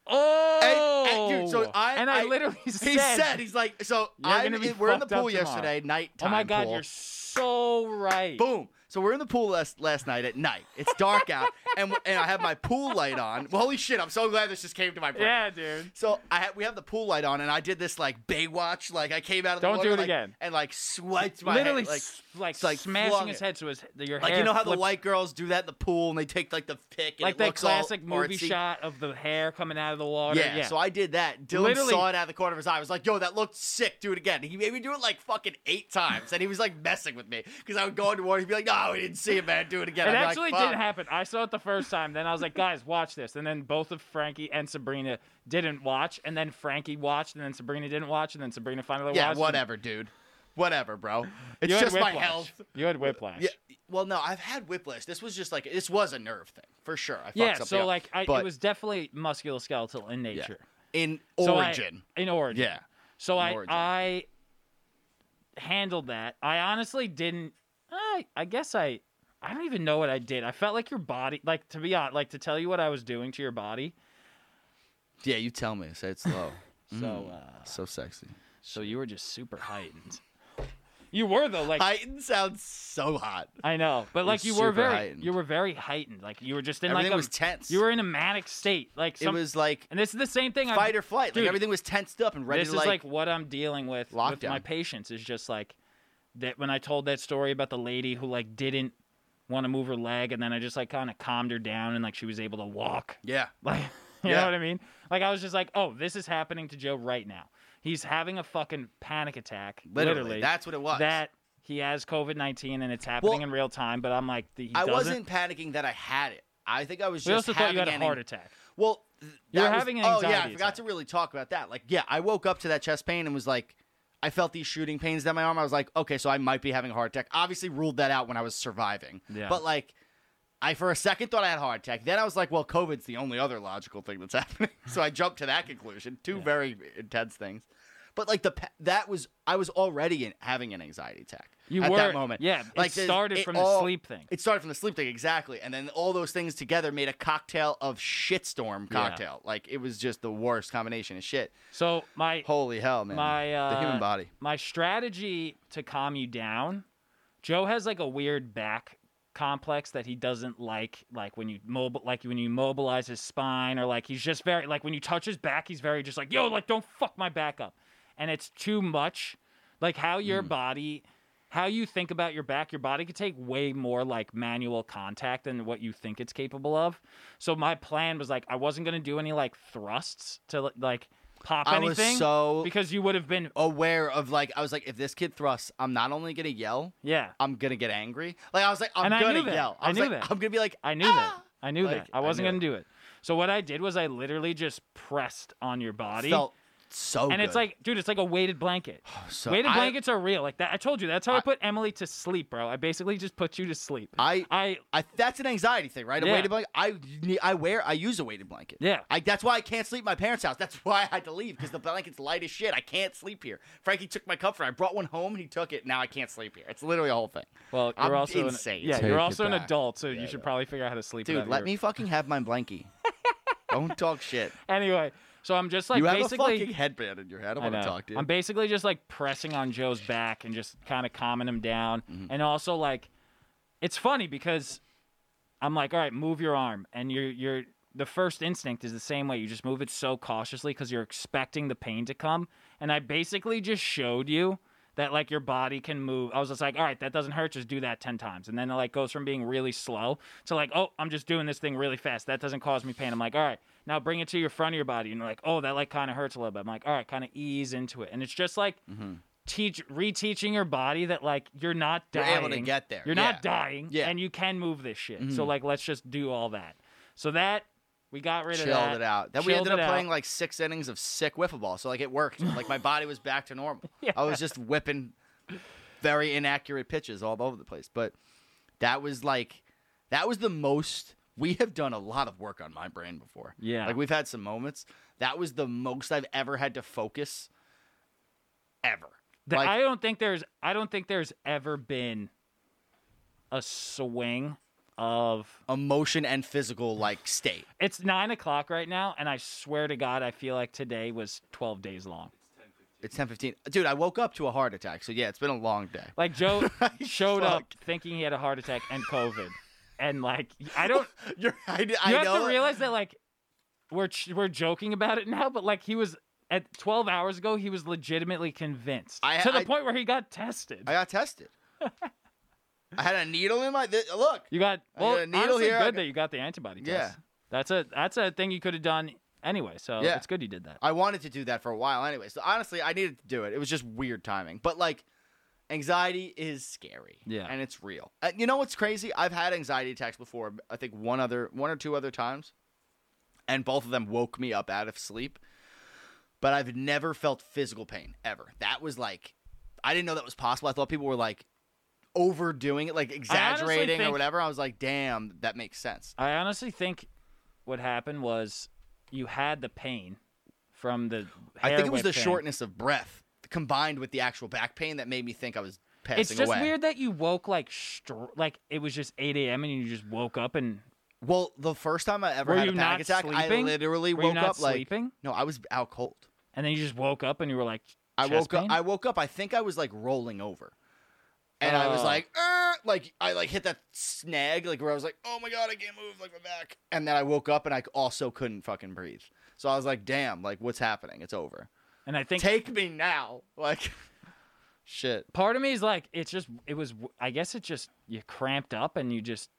Speaker 4: Oh,
Speaker 1: And, and, dude, so I
Speaker 4: and I, literally
Speaker 1: he
Speaker 4: said,
Speaker 1: he's like so.
Speaker 4: You're
Speaker 1: I'm
Speaker 4: gonna be
Speaker 1: in, we're in the
Speaker 4: fucked up
Speaker 1: pool
Speaker 4: tomorrow.
Speaker 1: yesterday
Speaker 4: "Oh
Speaker 1: nighttime.
Speaker 4: my god,
Speaker 1: pool.
Speaker 4: you're so right."
Speaker 1: Boom. So we're in the pool last, last night at night. It's dark out, and and I have my pool light on. Well, holy shit! I'm so glad this just came to my brain.
Speaker 4: Yeah, dude.
Speaker 1: So I had, we have the pool light on, and I did this like Baywatch, like I came out of
Speaker 4: Don't
Speaker 1: the
Speaker 4: do
Speaker 1: water,
Speaker 4: it
Speaker 1: like,
Speaker 4: again.
Speaker 1: and like swiped my
Speaker 4: Literally,
Speaker 1: head, like
Speaker 4: s- like,
Speaker 1: it's like
Speaker 4: smashing
Speaker 1: flung
Speaker 4: his
Speaker 1: it.
Speaker 4: head so his your
Speaker 1: like
Speaker 4: hair
Speaker 1: you know how the
Speaker 4: flips-
Speaker 1: white girls do that in the pool, and they take like the pick, and
Speaker 4: like
Speaker 1: it
Speaker 4: that
Speaker 1: looks all
Speaker 4: classic movie
Speaker 1: artsy.
Speaker 4: shot of the hair coming out of the water.
Speaker 1: Yeah,
Speaker 4: Yeah,
Speaker 1: so I did that. Dylan
Speaker 4: Literally-
Speaker 1: saw it out of the corner of his eye. I was like, "Yo, that looked sick. Do it again." He made me do it like fucking eight times, and he was like messing with me because I would go into water. He'd be like, "No, oh, we didn't see it, man. Do it again.
Speaker 4: It
Speaker 1: I'd be like,
Speaker 4: actually
Speaker 1: "Fuck."
Speaker 4: didn't happen. I saw it the first time. Then I was like, guys, watch this. And then both of Frankie and Sabrina didn't watch. And then Frankie watched. And then Sabrina didn't watch. And then Sabrina finally
Speaker 1: Yeah,
Speaker 4: watched. and
Speaker 1: whatever, dude. Whatever, bro. It's
Speaker 4: You had
Speaker 1: just my
Speaker 4: whiplash.
Speaker 1: health.
Speaker 4: You had whiplash.
Speaker 1: Yeah. Well, no, I've had whiplash. This was just like this was a nerve thing for sure. I fucked
Speaker 4: Yeah,
Speaker 1: something
Speaker 4: so
Speaker 1: up.
Speaker 4: like I,
Speaker 1: but
Speaker 4: it was definitely musculoskeletal in
Speaker 1: yeah.
Speaker 4: nature.
Speaker 1: in
Speaker 4: So I-
Speaker 1: origin.
Speaker 4: in origin.
Speaker 1: yeah.
Speaker 4: So I
Speaker 1: origin.
Speaker 4: I handled that. I honestly didn't. I I guess I I don't even know what I did. I felt like your body, like to be honest, like to tell you what I was doing to your body.
Speaker 1: Yeah, you tell me. Say it slow. Mm,
Speaker 4: So uh,
Speaker 1: so sexy.
Speaker 4: so you were just super heightened. You were though, like
Speaker 1: Heightened sounds so hot.
Speaker 4: I know, but like you were
Speaker 1: super
Speaker 4: very
Speaker 1: heightened.
Speaker 4: you were very heightened. Like you were just in
Speaker 1: Everything
Speaker 4: like a,
Speaker 1: was tense.
Speaker 4: You were in a manic state. Like
Speaker 1: It
Speaker 4: some,
Speaker 1: was like
Speaker 4: and this is the same thing. I've-
Speaker 1: fight or flight.
Speaker 4: Dude,
Speaker 1: like everything was tensed up and ready
Speaker 4: this
Speaker 1: to
Speaker 4: is
Speaker 1: like,
Speaker 4: like what I'm dealing with with
Speaker 1: Lockdown.
Speaker 4: my patients is just like that when I told that story about the lady who like didn't want to move her leg and then I just like kind of calmed her down and like she was able to walk.
Speaker 1: yeah.
Speaker 4: Like you
Speaker 1: Yeah.
Speaker 4: know what I mean? Like I was just like, "Oh, this is happening to Joe right now. He's having a fucking panic attack
Speaker 1: Literally,
Speaker 4: literally.
Speaker 1: that's what it was.
Speaker 4: That he has COVID-19 and it's happening
Speaker 1: Well,
Speaker 4: in real time, but I'm like he
Speaker 1: I
Speaker 4: doesn't.
Speaker 1: wasn't panicking that I had it. I think I was just
Speaker 4: we also thought
Speaker 1: having
Speaker 4: you had a
Speaker 1: an-
Speaker 4: heart attack.
Speaker 1: Well, th-
Speaker 4: You were
Speaker 1: that was-
Speaker 4: having an
Speaker 1: Oh yeah, I
Speaker 4: anxiety
Speaker 1: forgot
Speaker 4: attack.
Speaker 1: to really talk about that. Like, yeah, I woke up to that chest pain and was like, I felt these shooting pains down my arm. I was like, okay, so I might be having a heart attack. Obviously, ruled that out when I was surviving.
Speaker 4: Yeah.
Speaker 1: But like, I for a second thought I had a heart attack. Then I was like, well, COVID's the only other logical thing that's happening. so I jumped to that conclusion. Two very intense things. But like the pa- that was I was already in, having an anxiety attack
Speaker 4: You
Speaker 1: at
Speaker 4: were-
Speaker 1: that moment.
Speaker 4: yeah, it
Speaker 1: there's-
Speaker 4: started from the sleep thing.
Speaker 1: It started from the sleep thing exactly, and then all those things together made a cocktail of shitstorm cocktail. Like it was just the worst combination of shit.
Speaker 4: So my
Speaker 1: Holy hell, man!
Speaker 4: my uh,
Speaker 1: the human body.
Speaker 4: My strategy to calm you down. Joe has like a weird back complex that he doesn't like. Like when you mobile, like when you mobilize his spine, or like he's just very like when you touch his back, he's very just like yo, like don't fuck my back up, and it's too much. Like how your
Speaker 1: Hmm.
Speaker 4: body. How you think about your back, your body could take way more like manual contact than what you think it's capable of. So my plan was like I wasn't gonna do any like thrusts to like pop
Speaker 1: I was
Speaker 4: anything
Speaker 1: so-
Speaker 4: because you would have been
Speaker 1: Aware of like, I was like, if this kid thrusts, I'm not only gonna yell,
Speaker 4: yeah.
Speaker 1: I'm gonna get angry. Like I was like, I'm
Speaker 4: And I
Speaker 1: gonna
Speaker 4: knew that.
Speaker 1: yell.
Speaker 4: I
Speaker 1: was
Speaker 4: knew
Speaker 1: like,
Speaker 4: that.
Speaker 1: I'm gonna be like, "Ah!"
Speaker 4: I knew that. I knew
Speaker 1: Like,
Speaker 4: that. I wasn't
Speaker 1: I knew
Speaker 4: gonna do it. So what I did was I literally just pressed on your body.
Speaker 1: felt so.
Speaker 4: and it's
Speaker 1: good.
Speaker 4: like, dude, it's like a weighted blanket.
Speaker 1: So
Speaker 4: weighted
Speaker 1: I-
Speaker 4: blankets are real. Like that. I told you that's how I, put Emily to sleep, bro. I basically just put you to sleep.
Speaker 1: I-
Speaker 4: I
Speaker 1: I, that's an anxiety thing, right? A
Speaker 4: Yeah.
Speaker 1: weighted blanket. I ne- I wear I use a weighted blanket.
Speaker 4: Yeah.
Speaker 1: I, that's why I can't sleep at my parents' house. That's why I had to leave because the blanket's light as shit. I can't sleep here. Frankie took my comforter. I brought one home. He took it. Now I can't sleep here. It's literally a whole thing.
Speaker 4: well, you're
Speaker 1: I'm
Speaker 4: also an-
Speaker 1: insane.
Speaker 4: yeah,
Speaker 5: Take
Speaker 4: you're
Speaker 5: it
Speaker 4: also an
Speaker 5: back.
Speaker 4: adult, so you should probably figure out how to sleep.
Speaker 1: Dude,
Speaker 4: without
Speaker 1: let
Speaker 4: your-
Speaker 1: me fucking have my blankie. Don't talk shit.
Speaker 4: Anyway, so I'm just like
Speaker 1: You have a
Speaker 4: basically.
Speaker 1: fucking headband in your head. I don't
Speaker 4: I
Speaker 1: want to
Speaker 4: know.
Speaker 1: talk to you.
Speaker 4: I'm basically just like pressing on Joe's back and just kind of calming him down.
Speaker 1: Mm-hmm.
Speaker 4: And also like it's funny because I'm like, "All right, move your arm." And you're you're the first instinct is the same way. You just move it so cautiously cuz you're expecting the pain to come. And I basically just showed you that like your body can move. I was just like, "All right, that doesn't hurt. Just do that 10 times." And then it like goes from being really slow to like, "Oh, I'm just doing this thing really fast. That doesn't cause me pain." I'm like, "All right, now bring it to your front of your body." And you're like, "Oh, that like kind of hurts a little bit." I'm like, "All right, kind of ease into it." And it's just like
Speaker 1: Mm-hmm.
Speaker 4: teach reteaching your body that like you're not
Speaker 1: You're
Speaker 4: dying.
Speaker 1: able to get there.
Speaker 4: You're
Speaker 1: Yeah.
Speaker 4: not dying
Speaker 1: Yeah. Mm-hmm.
Speaker 4: and you can move this shit. So like let's just do all that. So that we got rid
Speaker 1: Chilled
Speaker 4: of that.
Speaker 1: it out. Then we ended up
Speaker 4: chilled it
Speaker 1: playing
Speaker 4: out.
Speaker 1: like six innings of sick wiffle ball. So like it worked. like my body was back to normal. I was just whipping very inaccurate pitches all over the place. But that was like that was the most we have done a lot of work on my brain before.
Speaker 4: Yeah.
Speaker 1: Like we've had some moments. That was the most I've ever had to focus ever.
Speaker 4: Th-
Speaker 1: like,
Speaker 4: I don't think there's I don't think there's ever been a swing of
Speaker 1: emotion and physical like state.
Speaker 4: it's nine o'clock right now, and I swear to God I feel like today was twelve days long.
Speaker 1: It's ten fifteen. Dude, I woke up to a heart attack. So yeah, it's been a long day.
Speaker 4: Like Joe showed up
Speaker 1: Fuck.
Speaker 4: thinking he had a heart attack and COVID. and like I don't
Speaker 1: You're, I, I
Speaker 4: you have
Speaker 1: know
Speaker 4: to realize that like we're ch- we're joking about it now, but like he was at 12 hours ago, he was legitimately convinced
Speaker 1: I-
Speaker 4: to the
Speaker 1: I-
Speaker 4: point where he got tested.
Speaker 1: I got tested. I had a needle in my th- look.
Speaker 4: you got
Speaker 1: I
Speaker 4: well,
Speaker 1: got a needle
Speaker 4: honestly,
Speaker 1: here, I
Speaker 4: good
Speaker 1: got-
Speaker 4: that you got the antibody test.
Speaker 1: Yeah.
Speaker 4: that's a that's a thing you could have done anyway. So
Speaker 1: Yeah.
Speaker 4: it's good you did that.
Speaker 1: I wanted to do that for a while anyway. So honestly, I needed to do it. It was just weird timing. But like Anxiety is scary.
Speaker 4: Yeah.
Speaker 1: And it's real. Uh, you know what's crazy? I've had anxiety attacks before. I think one other, one or two other times, and both of them woke me up out of sleep. But I've never felt physical pain ever. That was like, I didn't know that was possible. I thought people were like overdoing it, like exaggerating or
Speaker 4: think-
Speaker 1: whatever. I was like, damn, that makes sense.
Speaker 4: I honestly think what happened was you had the pain from the.
Speaker 1: I
Speaker 4: hair
Speaker 1: think it was
Speaker 4: whip
Speaker 1: the
Speaker 4: thing.
Speaker 1: shortness of breath combined with the actual back pain that made me think I was passing
Speaker 4: It's just
Speaker 1: away.
Speaker 4: weird that you woke like str- like it was just 8 a.m. and you just woke up and
Speaker 1: Well, the first time I ever
Speaker 4: Were
Speaker 1: had a
Speaker 4: you
Speaker 1: panic
Speaker 4: not
Speaker 1: attack, I
Speaker 4: sleeping?
Speaker 1: literally
Speaker 4: Were you
Speaker 1: woke
Speaker 4: not
Speaker 1: up like
Speaker 4: sleeping?
Speaker 1: no, I was out cold.
Speaker 4: and then you just woke up and you were like.
Speaker 1: I
Speaker 4: chest
Speaker 1: woke
Speaker 4: pain?
Speaker 1: up. I woke up. I think I was like rolling over, and I was
Speaker 4: Oh.
Speaker 1: like, "Er," like I like hit that snag, like where I was like, oh my god, I can't move, like my back. And then I woke up and I also couldn't fucking breathe. So I was like, damn, like what's happening? It's over.
Speaker 4: and I think
Speaker 1: Take me now, like shit.
Speaker 4: part of me is like it's just it was I guess it just you cramped up and you just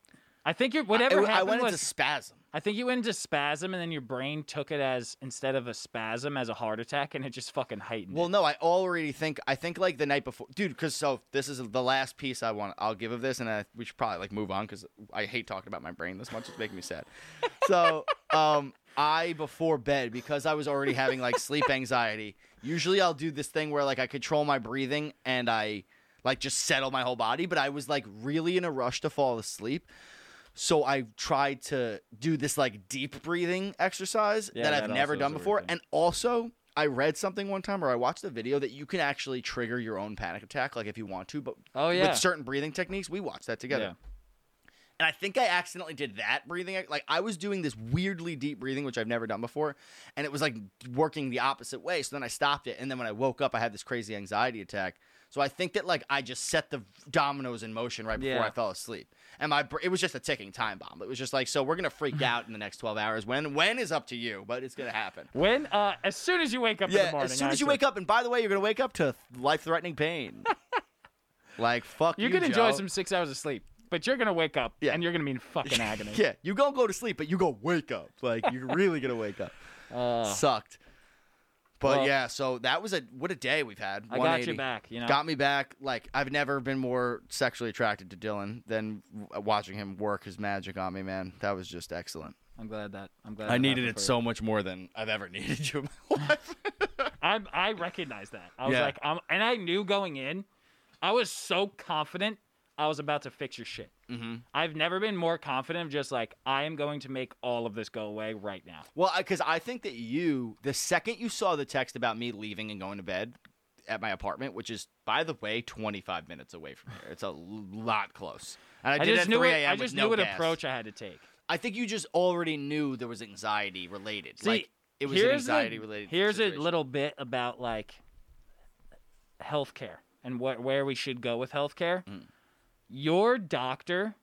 Speaker 4: I think you're whatever
Speaker 1: I, I
Speaker 4: happened
Speaker 1: went
Speaker 4: was
Speaker 1: into spasm.
Speaker 4: I think you went into spasm and then your brain took it as instead of a spasm as a heart attack and it just fucking heightened.
Speaker 1: Well,
Speaker 4: it.
Speaker 1: no, I already think I think like the night before, dude. Because so this is the last piece I want. I'll give of this, and I, we should probably like move on because I hate talking about my brain this much. It's making me sad. So, um, I before bed because I was already having like sleep anxiety. Usually, I'll do this thing where like I control my breathing and I like just settle my whole body. But I was like really in a rush to fall asleep. So I tried to do this like deep breathing exercise
Speaker 4: Yeah,
Speaker 1: that I've
Speaker 4: that
Speaker 1: never
Speaker 4: also
Speaker 1: done
Speaker 4: is a weird
Speaker 1: before,
Speaker 4: thing.
Speaker 1: and also, I read something one time or I watched a video that you can actually trigger your own panic attack, like if you want to, but
Speaker 4: Oh, yeah.
Speaker 1: with certain breathing techniques. We watched that together.
Speaker 4: Yeah.
Speaker 1: And I think I accidentally did that breathing. ex- Like I was doing this weirdly deep breathing, which I've never done before, and it was like working the opposite way. So then I stopped it, and then when I woke up, I had this crazy anxiety attack. So I think that like I just set the dominoes in motion right before
Speaker 4: Yeah.
Speaker 1: I fell asleep, and my br- it was just a ticking time bomb. It was just like so we're gonna freak out in the next twelve hours. When when is up to you, but it's gonna happen.
Speaker 4: When uh as soon as you wake up in
Speaker 1: Yeah,
Speaker 4: the morning.
Speaker 1: as soon as you wake up, and by the way, you're gonna wake up to life-threatening pain. like fuck, you
Speaker 4: you're gonna enjoy
Speaker 1: Joe.
Speaker 4: some six hours of sleep, but you're gonna wake up
Speaker 1: Yeah.
Speaker 4: and you're gonna be in fucking agony.
Speaker 1: Yeah, you gonna go to sleep, but you gonna wake up. Like you're really gonna wake up. Uh. Sucked. But
Speaker 4: Well-
Speaker 1: yeah, so that was a what a day we've had.
Speaker 4: I got
Speaker 1: 180.
Speaker 4: you back, you know.
Speaker 1: Got me back. Like I've never been more sexually attracted to Dylan than w- uh, watching him work his magic on me, man. That was just excellent.
Speaker 4: I'm glad that I'm glad
Speaker 1: I
Speaker 4: that
Speaker 1: needed
Speaker 4: happened
Speaker 1: it
Speaker 4: for you.
Speaker 1: so much more than I've ever needed you in my life.
Speaker 4: I'm, I recognize that. I was
Speaker 1: Yeah.
Speaker 4: like, I'm, and I knew going in, I was so confident I was about to fix your shit. Mm-hmm. I've never been more confident of just like, I am going to make all of this go away right now.
Speaker 1: Well, because I think that you, the second you saw the text about me leaving and going to bed at my apartment, which is, by the way, 25 minutes away from here, it's a lot close. And I,
Speaker 4: I
Speaker 1: did
Speaker 4: just
Speaker 1: it at
Speaker 4: knew
Speaker 1: 3
Speaker 4: it.
Speaker 1: a.m.
Speaker 4: I
Speaker 1: with
Speaker 4: just
Speaker 1: no
Speaker 4: knew what
Speaker 1: gas.
Speaker 4: approach I had to take.
Speaker 1: I think you just already knew there was anxiety related.
Speaker 4: See,
Speaker 1: like it was an
Speaker 4: here's the-
Speaker 1: anxiety related.
Speaker 4: Here's
Speaker 1: situation.
Speaker 4: a little bit about like healthcare and what where we should go with healthcare.
Speaker 1: Mm.
Speaker 4: Your doctor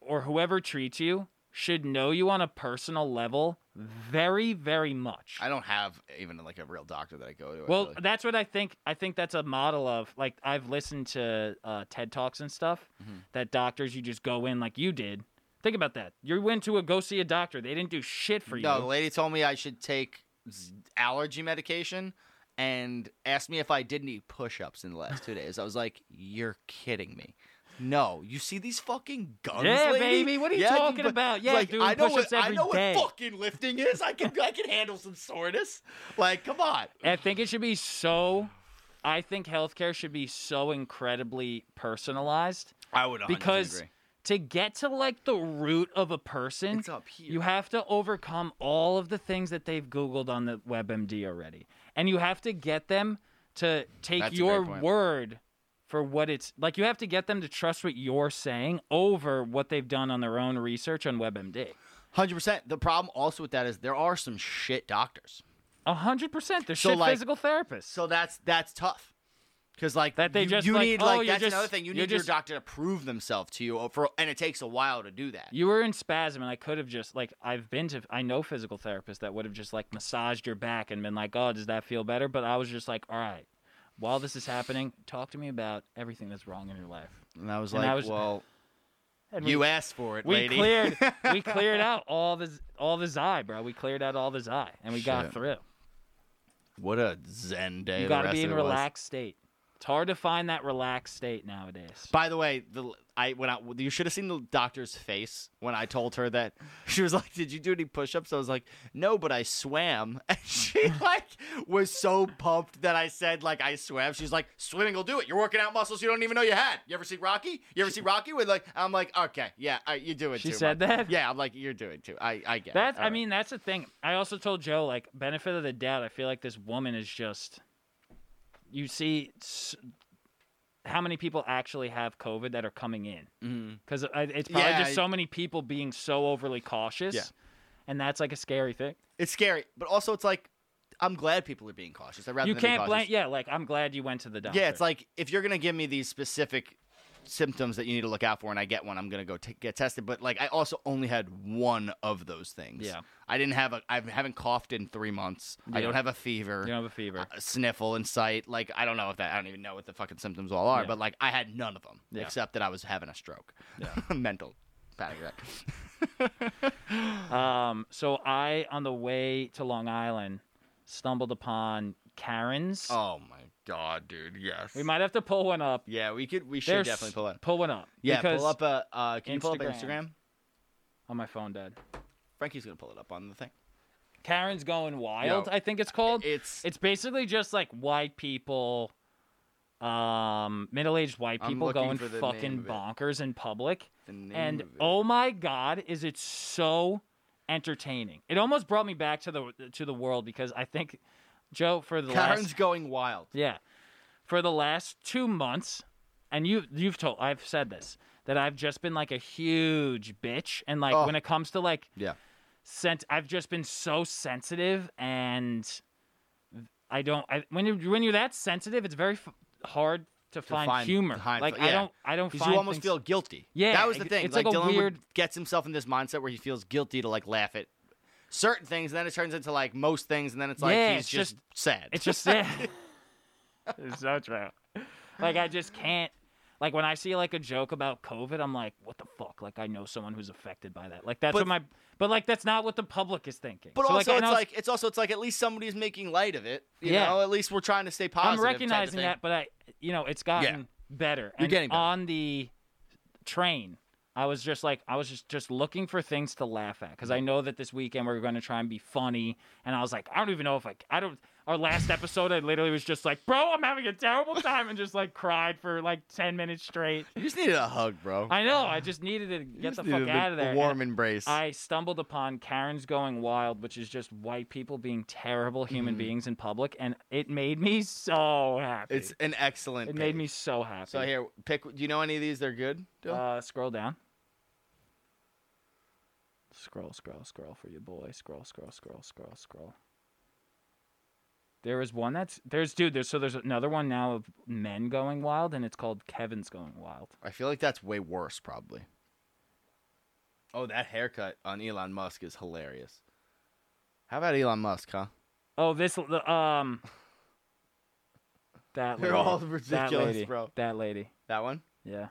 Speaker 4: or whoever treats you should know you on a personal level very, very much.
Speaker 1: I don't have even like a real doctor that I go to. I
Speaker 4: Well,
Speaker 1: feel like.
Speaker 4: that's what I think. I think that's a model of like I've listened to uh, TED talks and stuff
Speaker 1: Mm-hmm.
Speaker 4: that doctors you just go in like you did. Think about that. You went to a go see a doctor. They didn't do shit for you.
Speaker 1: no, the lady told me I should take z- allergy medication and asked me if I did any push ups in the last two days. I was like, you're kidding me. No, you see these fucking guns,
Speaker 4: Yeah,
Speaker 1: lady?
Speaker 4: baby, what are you
Speaker 1: I can
Speaker 4: talking
Speaker 1: bu-
Speaker 4: about? Yeah,
Speaker 1: like,
Speaker 4: doing
Speaker 1: I know
Speaker 4: push-ups
Speaker 1: what I
Speaker 4: every
Speaker 1: know
Speaker 4: day.
Speaker 1: what fucking lifting is. I can I can handle some soreness. Like, come on.
Speaker 4: I think it should be so. I think healthcare should be so incredibly personalized
Speaker 1: I would
Speaker 4: because to get to like the root of a person,
Speaker 1: It's up here.
Speaker 4: you have to overcome all of the things that they've Googled on the WebMD already, and you have to get them to take
Speaker 1: That's a
Speaker 4: your
Speaker 1: great point.
Speaker 4: word for what it's like. You have to get them to trust what you're saying over what they've done on their own research on WebMD.
Speaker 1: hundred percent. The problem also with that is there are some shit doctors.
Speaker 4: A hundred percent. They're
Speaker 1: So,
Speaker 4: shit
Speaker 1: like-
Speaker 4: physical therapists.
Speaker 1: So that's that's tough. Because like
Speaker 4: That they
Speaker 1: you,
Speaker 4: just
Speaker 1: you
Speaker 4: like,
Speaker 1: need
Speaker 4: oh,
Speaker 1: like
Speaker 4: you're
Speaker 1: that's
Speaker 4: just-
Speaker 1: another thing. You
Speaker 4: you're
Speaker 1: need your
Speaker 4: just-
Speaker 1: doctor to prove themselves to you for, and it takes a while to do that.
Speaker 4: You were in spasm, and I could have just like I've been to I know physical therapists that would have just like massaged your back and been like, "Oh, does that feel better?" But I was just like, "All right, while this is happening, talk to me about everything that's wrong in your life."
Speaker 1: And I was
Speaker 4: And
Speaker 1: like,
Speaker 4: I was-
Speaker 1: well,
Speaker 4: And
Speaker 1: you
Speaker 4: we,
Speaker 1: asked for it,
Speaker 4: we
Speaker 1: lady.
Speaker 4: cleared we cleared out all the all the eye, bro. We cleared out all the eye, and we got
Speaker 1: Shit.
Speaker 4: through.
Speaker 1: what a zen day.
Speaker 4: You
Speaker 1: the
Speaker 4: got to
Speaker 1: rest
Speaker 4: be
Speaker 1: of
Speaker 4: in
Speaker 1: it was.
Speaker 4: relaxed state. It's hard to find that relaxed state nowadays.
Speaker 1: By the way, the I when I you should have seen the doctor's face when I told her that she was like, "Did you do any push-ups?" I was like, "No, but I swam." And she like was so pumped that I said like I swam. She's like, "Swimming will do it. You're working out muscles you don't even know you had." You ever see Rocky? You ever see Rocky with like I'm like, "Okay, yeah, I, you do it
Speaker 4: She
Speaker 1: too."
Speaker 4: said
Speaker 1: Mike."
Speaker 4: that?
Speaker 1: Yeah, I'm like, "You're doing too." I I get. it.
Speaker 4: That's.
Speaker 1: All
Speaker 4: I
Speaker 1: right.
Speaker 4: mean, that's the thing. I also told Joe, like, benefit of the doubt. I feel like this woman is just. You see, s- how many people actually have COVID that are coming in? Because it's probably
Speaker 1: Mm-hmm. Yeah,
Speaker 4: just
Speaker 1: I-
Speaker 4: so many people being so overly cautious,
Speaker 1: Yeah.
Speaker 4: and that's like a scary thing.
Speaker 1: it's scary, but also it's like I'm glad people are being cautious. I rather
Speaker 4: You
Speaker 1: than be
Speaker 4: can't blame.
Speaker 1: cautious.
Speaker 4: Yeah, like I'm glad you went to the doctor.
Speaker 1: Yeah, it's like if you're gonna give me these specific symptoms that you need to look out for, and I get one, I'm gonna go t- get tested. But like, I also only had one of those things.
Speaker 4: Yeah.
Speaker 1: I didn't have a. I haven't coughed in three months. I
Speaker 4: Yeah.
Speaker 1: don't have a fever.
Speaker 4: you don't have a fever.
Speaker 1: a sniffle in sight. Like I don't know if that. I don't even know what the fucking symptoms all are.
Speaker 4: Yeah.
Speaker 1: But like, I had none of them
Speaker 4: Yeah.
Speaker 1: except that I was having a stroke. Mental panic attack.
Speaker 4: Um, so I, on the way to Long Island, stumbled upon Karen's.
Speaker 1: Oh my god, dude. Yes.
Speaker 4: We might have to pull one up.
Speaker 1: Yeah, we could. We should
Speaker 4: There's-
Speaker 1: definitely pull it.
Speaker 4: Pull one up.
Speaker 1: Yeah,
Speaker 4: because
Speaker 1: pull up a. Uh, can you pull up an
Speaker 4: Instagram.
Speaker 1: Instagram?
Speaker 4: on Oh, my phone, Dad.
Speaker 1: Frankie's gonna pull it up on the thing.
Speaker 4: Karen's going wild.
Speaker 1: Yo,
Speaker 4: I think it's called.
Speaker 1: It's
Speaker 4: It's basically just like white people, um, middle-aged white
Speaker 1: I'm
Speaker 4: people
Speaker 1: looking
Speaker 4: going
Speaker 1: for the
Speaker 4: fucking
Speaker 1: name of it.
Speaker 4: bonkers in public.
Speaker 1: The name
Speaker 4: And
Speaker 1: of it.
Speaker 4: oh my god, is it so entertaining? It almost brought me back to the to the world because I think Joe for the
Speaker 1: Karen's
Speaker 4: last
Speaker 1: going wild.
Speaker 4: yeah for the last two months, and you you've told I've said this that I've just been like a huge bitch, and like
Speaker 1: Oh.
Speaker 4: when it comes to like
Speaker 1: Yeah.
Speaker 4: sent I've just been so sensitive and I don't I, when you when you're that sensitive it's very f- hard to, find,
Speaker 1: find-
Speaker 4: humor
Speaker 1: to find-
Speaker 4: like I
Speaker 1: yeah.
Speaker 4: don't I don't
Speaker 1: Because
Speaker 4: find
Speaker 1: you almost
Speaker 4: things-
Speaker 1: feel guilty.
Speaker 4: Yeah,
Speaker 1: that was the
Speaker 4: it-
Speaker 1: thing.
Speaker 4: it's
Speaker 1: like,
Speaker 4: like a
Speaker 1: Dylan would-
Speaker 4: weird-
Speaker 1: gets himself in this mindset where he feels guilty to like laugh at certain things, and then it turns into like most things, and then it's like
Speaker 4: Yeah,
Speaker 1: he's
Speaker 4: it's
Speaker 1: just, sad.
Speaker 4: it's just yeah. it's so true like I just can't like when I see like a joke about COVID I'm like what the fuck like I know someone who's affected by that like that's
Speaker 1: But-
Speaker 4: what my but like that's not what the public is thinking
Speaker 1: but
Speaker 4: So,
Speaker 1: also,
Speaker 4: I
Speaker 1: it's
Speaker 4: know-
Speaker 1: like it's also it's like at least somebody's making light of it. You
Speaker 4: Yeah.
Speaker 1: know, at least we're trying to stay
Speaker 4: I'm
Speaker 1: positive. type of
Speaker 4: recognizing
Speaker 1: thing.
Speaker 4: that, but I, you know, it's gotten better. and
Speaker 1: getting better.
Speaker 4: on the train. I was just like, I was just just looking for things to laugh at because I
Speaker 1: Mm-hmm.
Speaker 4: know that this weekend we're going to try and be funny. And I was like, I don't even know if I, I don't. Our last episode, I literally was just like, bro, I'm having a terrible time, and just like cried for like ten minutes straight.
Speaker 1: You just needed a hug, bro.
Speaker 4: I know, I just needed to get
Speaker 1: just
Speaker 4: the fuck
Speaker 1: needed
Speaker 4: out of
Speaker 1: a,
Speaker 4: there.
Speaker 1: A
Speaker 4: and
Speaker 1: warm embrace.
Speaker 4: I stumbled upon Karen's Going Wild, which is just white people being terrible
Speaker 1: Mm-hmm.
Speaker 4: human beings in public, and it made me so happy.
Speaker 1: it's an excellent.
Speaker 4: It made
Speaker 1: page.
Speaker 4: me so happy.
Speaker 1: So here, pick. Do you know any of these? They're good. Dylan?
Speaker 4: uh, scroll down. Scroll, scroll, scroll for your boy. Scroll, scroll, scroll, scroll, scroll. There is one that's there's dude there's so there's another one now of men going wild and it's called Kevin's going wild.
Speaker 1: I feel like that's way worse, probably. Oh, that haircut on Elon Musk is hilarious. How about Elon Musk, huh?
Speaker 4: Oh, this the, um that
Speaker 1: They're
Speaker 4: lady,
Speaker 1: all
Speaker 4: that
Speaker 1: ridiculous,
Speaker 4: lady,
Speaker 1: bro.
Speaker 4: That lady.
Speaker 1: That one?
Speaker 4: Yeah.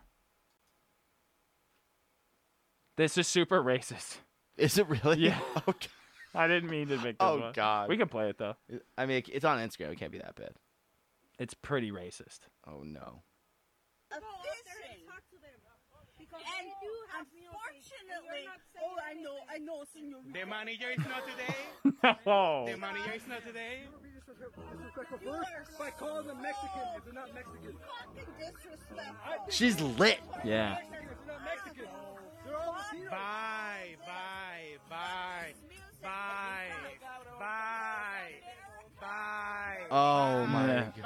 Speaker 4: This is super racist.
Speaker 1: Is it really?
Speaker 4: Yeah.
Speaker 1: Okay.
Speaker 4: I didn't mean to make this
Speaker 1: Oh,
Speaker 4: one.
Speaker 1: God.
Speaker 4: We can play it though.
Speaker 1: I mean, it's on Instagram. It can't be that bad.
Speaker 4: It's pretty racist.
Speaker 1: Oh no.
Speaker 6: fishing. And you have unfortunately, oh, I know, I know, senor.
Speaker 2: The manager is not today.
Speaker 4: Oh.
Speaker 2: The manager is not today.
Speaker 6: By calling them Mexican, if they're not Mexican. Fucking disrespectful.
Speaker 1: She's lit.
Speaker 4: Yeah.
Speaker 2: Bye, bye, bye, bye, bye, bye,
Speaker 1: Oh my
Speaker 4: Yeah.
Speaker 1: god.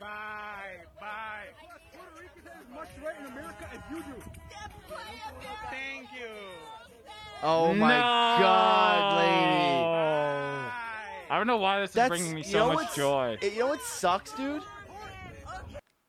Speaker 2: bye, bye, bye.
Speaker 6: Puerto Ricans have as much right in America as you do.
Speaker 2: Thank you.
Speaker 1: Oh my god, lady.
Speaker 4: Oh. I don't know why this is
Speaker 1: That's
Speaker 4: bringing me
Speaker 1: you
Speaker 4: so
Speaker 1: know
Speaker 4: much
Speaker 1: what's-
Speaker 4: joy.
Speaker 1: it- you know what sucks, dude?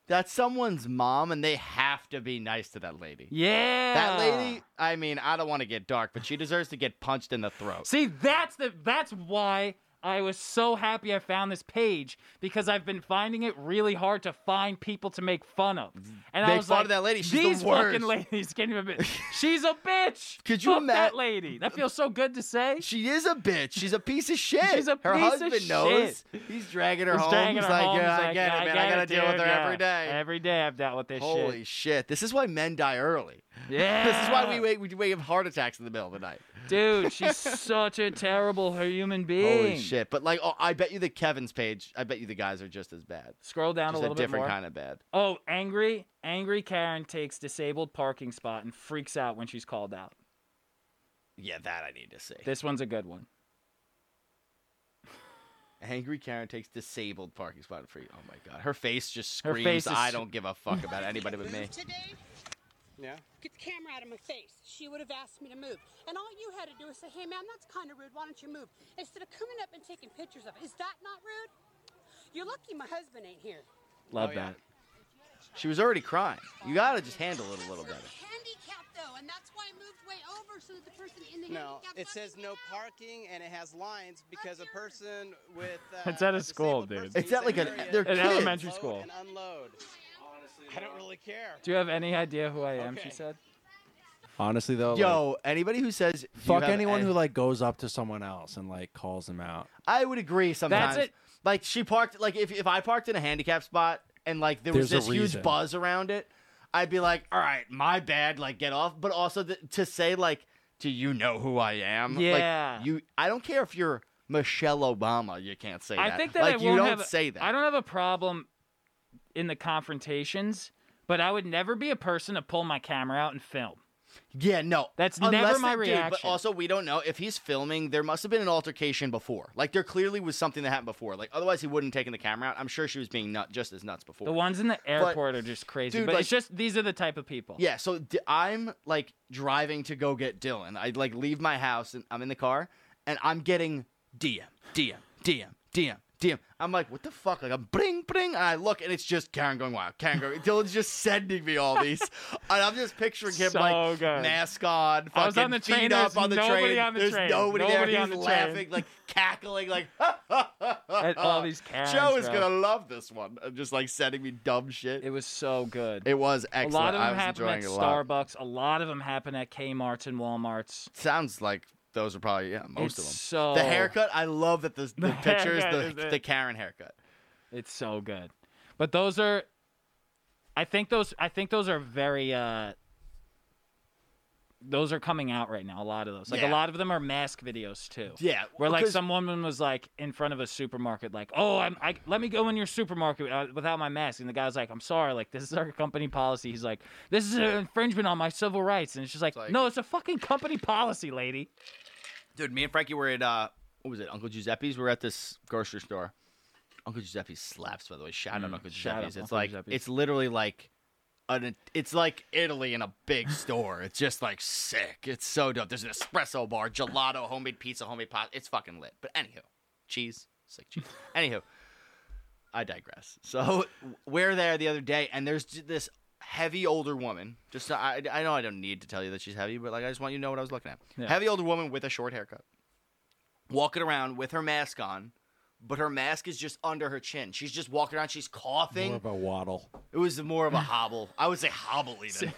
Speaker 1: That's someone's mom, and they have to be nice to that lady.
Speaker 4: yeah.
Speaker 1: That lady, I mean, I don't want to get dark, but she deserves to get punched in the throat.
Speaker 4: See, that's the that's why I was so happy I found this page because I've been finding it really hard to find people to make fun of. And I
Speaker 1: Make
Speaker 4: was
Speaker 1: fun
Speaker 4: like,
Speaker 1: of that lady. She's the
Speaker 4: These fucking
Speaker 1: worst."
Speaker 4: ladies can't even. Be- She's a bitch.
Speaker 1: Could you
Speaker 4: Fuck that
Speaker 1: ima-
Speaker 4: lady? That feels so good to say.
Speaker 1: She is a bitch. She's a piece of shit.
Speaker 4: She's a
Speaker 1: her
Speaker 4: piece of
Speaker 1: husband knows. He's dragging her
Speaker 4: He's
Speaker 1: home.
Speaker 4: dragging
Speaker 1: He's
Speaker 4: her
Speaker 1: like,
Speaker 4: home.
Speaker 1: yeah,
Speaker 4: He's
Speaker 1: I
Speaker 4: like,
Speaker 1: get it, man. I
Speaker 4: get
Speaker 1: gotta
Speaker 4: it,
Speaker 1: deal with
Speaker 4: dude.
Speaker 1: her every
Speaker 4: Yeah.
Speaker 1: day.
Speaker 4: Every day I've dealt with this
Speaker 1: Holy
Speaker 4: shit.
Speaker 1: shit! This is why men die early.
Speaker 4: Yeah.
Speaker 1: This is why we wait. We have heart attacks in the middle of the night.
Speaker 4: Dude, she's such a terrible human being.
Speaker 1: Holy shit! But like, oh, I bet you the Kevin's page. I bet you the guys are just as bad.
Speaker 4: Scroll down
Speaker 1: Just
Speaker 4: a
Speaker 1: a,
Speaker 4: little bit
Speaker 1: different
Speaker 4: more.
Speaker 1: kind of bad.
Speaker 4: Oh, angry, angry Karen takes disabled parking spot and freaks out when she's called out.
Speaker 1: Yeah, that I need to see.
Speaker 4: This one's a good one.
Speaker 1: Angry Karen takes disabled parking spot for you. Oh my god, her face just
Speaker 4: Her
Speaker 1: screams.
Speaker 4: face is-
Speaker 1: I don't give a fuck about anybody but me.
Speaker 6: Today,
Speaker 2: Yeah.
Speaker 6: get the camera out of my face. She would have asked me to move. And all you had to do is say, hey, ma'am, that's kind of rude. Why don't you move? Instead of coming up and taking pictures of it. Is that not rude? You're lucky my husband ain't here.
Speaker 4: Love
Speaker 2: Oh, yeah.
Speaker 4: that.
Speaker 1: She was already crying. You gotta just handle it a little better.
Speaker 6: Handicap though, and that's why I moved way over so that the person in the
Speaker 7: No,
Speaker 6: handicap
Speaker 7: it
Speaker 6: lobby
Speaker 7: says
Speaker 6: could
Speaker 7: no
Speaker 6: have-
Speaker 7: parking, and it has lines because a person with uh,
Speaker 4: It's at a school,
Speaker 7: disabled
Speaker 4: dude.
Speaker 7: person
Speaker 1: It's at,
Speaker 7: in
Speaker 1: like, an-
Speaker 7: the area
Speaker 1: they're
Speaker 7: can
Speaker 1: kids.
Speaker 4: elementary
Speaker 7: load
Speaker 4: school.
Speaker 7: And unload. I don't really care.
Speaker 4: Do you have any idea who I am?
Speaker 7: Okay.
Speaker 4: She said.
Speaker 5: Honestly though, like,
Speaker 1: Yo, anybody who says "Do you
Speaker 5: fuck
Speaker 1: have
Speaker 5: anyone
Speaker 1: an-"
Speaker 5: who like goes up to someone else and like calls them out.
Speaker 1: I would agree sometimes.
Speaker 4: it.
Speaker 1: Like she parked like if if I parked in a handicap spot and like there was
Speaker 5: There's
Speaker 1: this
Speaker 5: a
Speaker 1: huge
Speaker 5: reason.
Speaker 1: buzz around it, I'd be like, "All right, my bad, like get off." But also th- to say like, "Do you know who I am?"
Speaker 4: Yeah.
Speaker 1: Like you I don't care if you're Michelle Obama, you can't say that.
Speaker 4: I think that
Speaker 1: like
Speaker 4: I
Speaker 1: you
Speaker 4: won't
Speaker 1: don't
Speaker 4: have a-
Speaker 1: say that.
Speaker 4: I don't have a problem in the confrontations, but I would never be a person to pull my camera out and film.
Speaker 1: Yeah, no.
Speaker 4: That's
Speaker 1: Unless
Speaker 4: never
Speaker 1: they
Speaker 4: my
Speaker 1: do,
Speaker 4: reaction.
Speaker 1: but also, we don't know if he's filming. There must have been an altercation before. Like there clearly was something that happened before. Like otherwise, he wouldn't have taken the camera out. I'm sure she was being nut just as nuts before.
Speaker 4: The ones in the airport are just crazy,
Speaker 1: dude,
Speaker 4: but
Speaker 1: like-
Speaker 4: it's just these are the type of people.
Speaker 1: Yeah, so d- I'm like driving to go get Dylan. I like leave my house and I'm in the car and I'm getting DM, DM, DM, DM, DM. I'm like, what the fuck? Like I'm bring, bring, and I look and it's just Karen going wild. Karen going. Dylan's just sending me all these, and I'm just picturing him
Speaker 4: So
Speaker 1: like
Speaker 4: good.
Speaker 1: mask on, fucking
Speaker 4: I was on the train,
Speaker 1: feet up
Speaker 4: there's
Speaker 1: on the
Speaker 4: nobody
Speaker 1: train.
Speaker 4: on the
Speaker 1: there's
Speaker 4: train,
Speaker 1: nobody,
Speaker 4: nobody
Speaker 1: there.
Speaker 4: on
Speaker 1: He's
Speaker 4: the train.
Speaker 1: laughing, like cackling, like
Speaker 4: At all these Karens.
Speaker 1: Uh, Joe is
Speaker 4: bro.
Speaker 1: gonna love this one. I'm just like sending me dumb shit.
Speaker 4: It
Speaker 1: It,
Speaker 4: was so good.
Speaker 1: was
Speaker 4: a
Speaker 1: excellent.
Speaker 4: lot of
Speaker 1: I
Speaker 4: them
Speaker 1: was
Speaker 4: happen
Speaker 1: enjoying
Speaker 4: at
Speaker 1: it a lot.
Speaker 4: Starbucks. A lot of them happen at Kmart's and Walmart's.
Speaker 1: sounds like those are probably yeah most of them.
Speaker 4: It's so-
Speaker 1: the haircut, I love that the, the,
Speaker 4: The
Speaker 1: picture is
Speaker 4: haircut is
Speaker 1: the,
Speaker 4: it.
Speaker 1: the Karen haircut.
Speaker 4: It's so good. But those are I think those I think those are very uh those are coming out right now, a lot of those. Like
Speaker 1: Yeah.
Speaker 4: a lot of them are mask videos too.
Speaker 1: Yeah,
Speaker 4: Where like
Speaker 1: because-
Speaker 4: some woman was like in front of a supermarket, like, "Oh, I'm, I let me go in your supermarket uh, without my mask," and the guy's like, "I'm sorry, like this is our company policy." He's like, "This is an infringement on my civil rights," and she's like,
Speaker 1: like-
Speaker 4: "No, it's a fucking company policy, lady."
Speaker 1: Dude, me and Frankie were at uh what was it, Uncle Giuseppe's? We were at this grocery store. Uncle Giuseppe slaps, by the way. Mm, Shout out Uncle
Speaker 4: shout out
Speaker 1: Giuseppe's. It's
Speaker 4: Uncle
Speaker 1: like
Speaker 4: Giuseppe's.
Speaker 1: it's literally like an it's like Italy in a big store. It's just like sick. It's so dope. There's an espresso bar, gelato, homemade pizza, homemade pasta. It's fucking lit. But anywho, cheese, sick cheese. anywho, I digress. So we're there the other day, and there's j- this heavy older woman. Just I, I know I don't need to tell you that she's heavy, but like I just want you to know what I was looking at.
Speaker 4: Yeah.
Speaker 1: Heavy older woman with a short haircut, walking around with her mask on, but her mask is just under her chin. She's just walking around. She's coughing.
Speaker 5: More of a waddle.
Speaker 1: it was more of a hobble. I would say hobble even.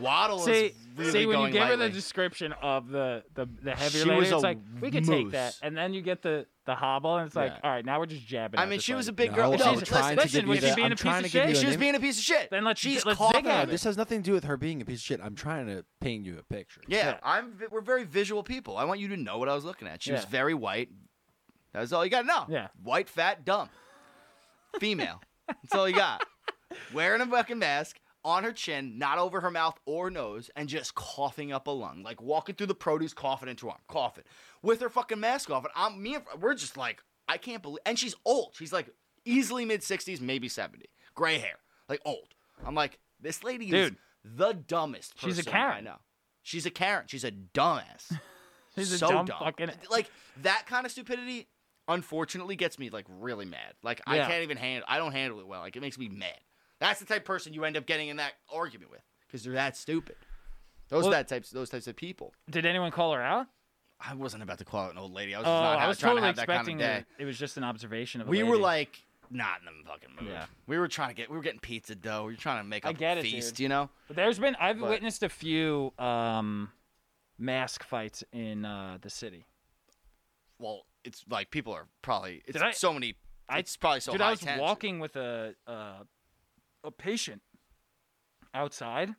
Speaker 1: Waddle
Speaker 4: See,
Speaker 1: is really
Speaker 4: see, when you
Speaker 1: going
Speaker 4: give her the
Speaker 1: lightly.
Speaker 4: description of the the, the heavier
Speaker 1: She
Speaker 4: lady,
Speaker 1: was
Speaker 4: it's
Speaker 1: a
Speaker 4: like we could take that,
Speaker 1: moose.
Speaker 4: and then you get the the hobble, and it's like,
Speaker 1: Yeah.
Speaker 4: all right, now we're just jabbing.
Speaker 1: I
Speaker 4: at
Speaker 1: mean,
Speaker 4: this
Speaker 1: she was a
Speaker 4: lady.
Speaker 1: big
Speaker 5: No,
Speaker 1: girl.
Speaker 5: I
Speaker 1: No,
Speaker 5: was
Speaker 1: listen,
Speaker 5: trying
Speaker 4: listen,
Speaker 5: to
Speaker 4: was
Speaker 5: give
Speaker 4: she
Speaker 5: you that.
Speaker 4: being
Speaker 5: I'm
Speaker 4: a piece
Speaker 5: trying
Speaker 4: of
Speaker 5: to give
Speaker 4: shit?
Speaker 5: you a
Speaker 1: She was
Speaker 5: name.
Speaker 1: being a piece of shit.
Speaker 4: Then let's-
Speaker 1: she's
Speaker 4: let's dig
Speaker 1: coughing.
Speaker 4: at
Speaker 5: No,
Speaker 1: on
Speaker 4: it.
Speaker 1: it.
Speaker 5: this has nothing to do with her being a piece of shit. I'm trying to paint you a picture.
Speaker 1: Yeah, I'm. vi- We're very visual people. I want you to know what I was looking at. She was
Speaker 4: Yeah.
Speaker 1: very white. That's all you got to know.
Speaker 4: Yeah.
Speaker 1: white, fat, dumb, female. That's all you got. Wearing a fucking mask on her chin, not over her mouth or nose, and just coughing up a lung, like walking through the produce, coughing into her arm, coughing with her fucking mask off. And I'm me and we're just like, I can't believe. And she's old. She's like easily mid sixties, maybe seventy, gray hair, like old. I'm like, this lady
Speaker 4: Dude.
Speaker 1: is the dumbest. Person
Speaker 4: She's a
Speaker 1: I
Speaker 4: Karen.
Speaker 1: know. She's a Karen. She's a dumbass.
Speaker 4: She's a
Speaker 1: so
Speaker 4: dumb fucking-
Speaker 1: Like that kind of stupidity, unfortunately, gets me like really mad. Like I
Speaker 4: Yeah.
Speaker 1: can't even handle. I don't handle it well. Like it makes me mad. That's the type of person you end up getting in that argument with because they're that stupid. Those
Speaker 4: Well-
Speaker 1: that types. Those types of people.
Speaker 4: Did anyone call her out?
Speaker 1: I wasn't about to call out an old lady. I was
Speaker 4: Oh,
Speaker 1: just not
Speaker 4: I
Speaker 1: ha-
Speaker 4: was
Speaker 1: trying
Speaker 4: totally
Speaker 1: to have that kind
Speaker 4: expecting
Speaker 1: of day.
Speaker 4: it. It was just an observation of. a
Speaker 1: We were
Speaker 4: lady.
Speaker 1: like not in the fucking mood.
Speaker 4: Yeah.
Speaker 1: We were trying to get. We were getting pizza dough. We were trying to make
Speaker 4: I
Speaker 1: up
Speaker 4: get
Speaker 1: a
Speaker 4: it,
Speaker 1: feast.
Speaker 4: dude.
Speaker 1: You know.
Speaker 4: But there's been I've
Speaker 1: But-
Speaker 4: witnessed a few um, mask fights in uh, the city.
Speaker 1: Well, it's like people are probably. It's
Speaker 4: Did I-
Speaker 1: so many.
Speaker 4: I-
Speaker 1: it's probably so
Speaker 4: Dude,
Speaker 1: high
Speaker 4: I was
Speaker 1: tension.
Speaker 4: walking with a uh, a patient outside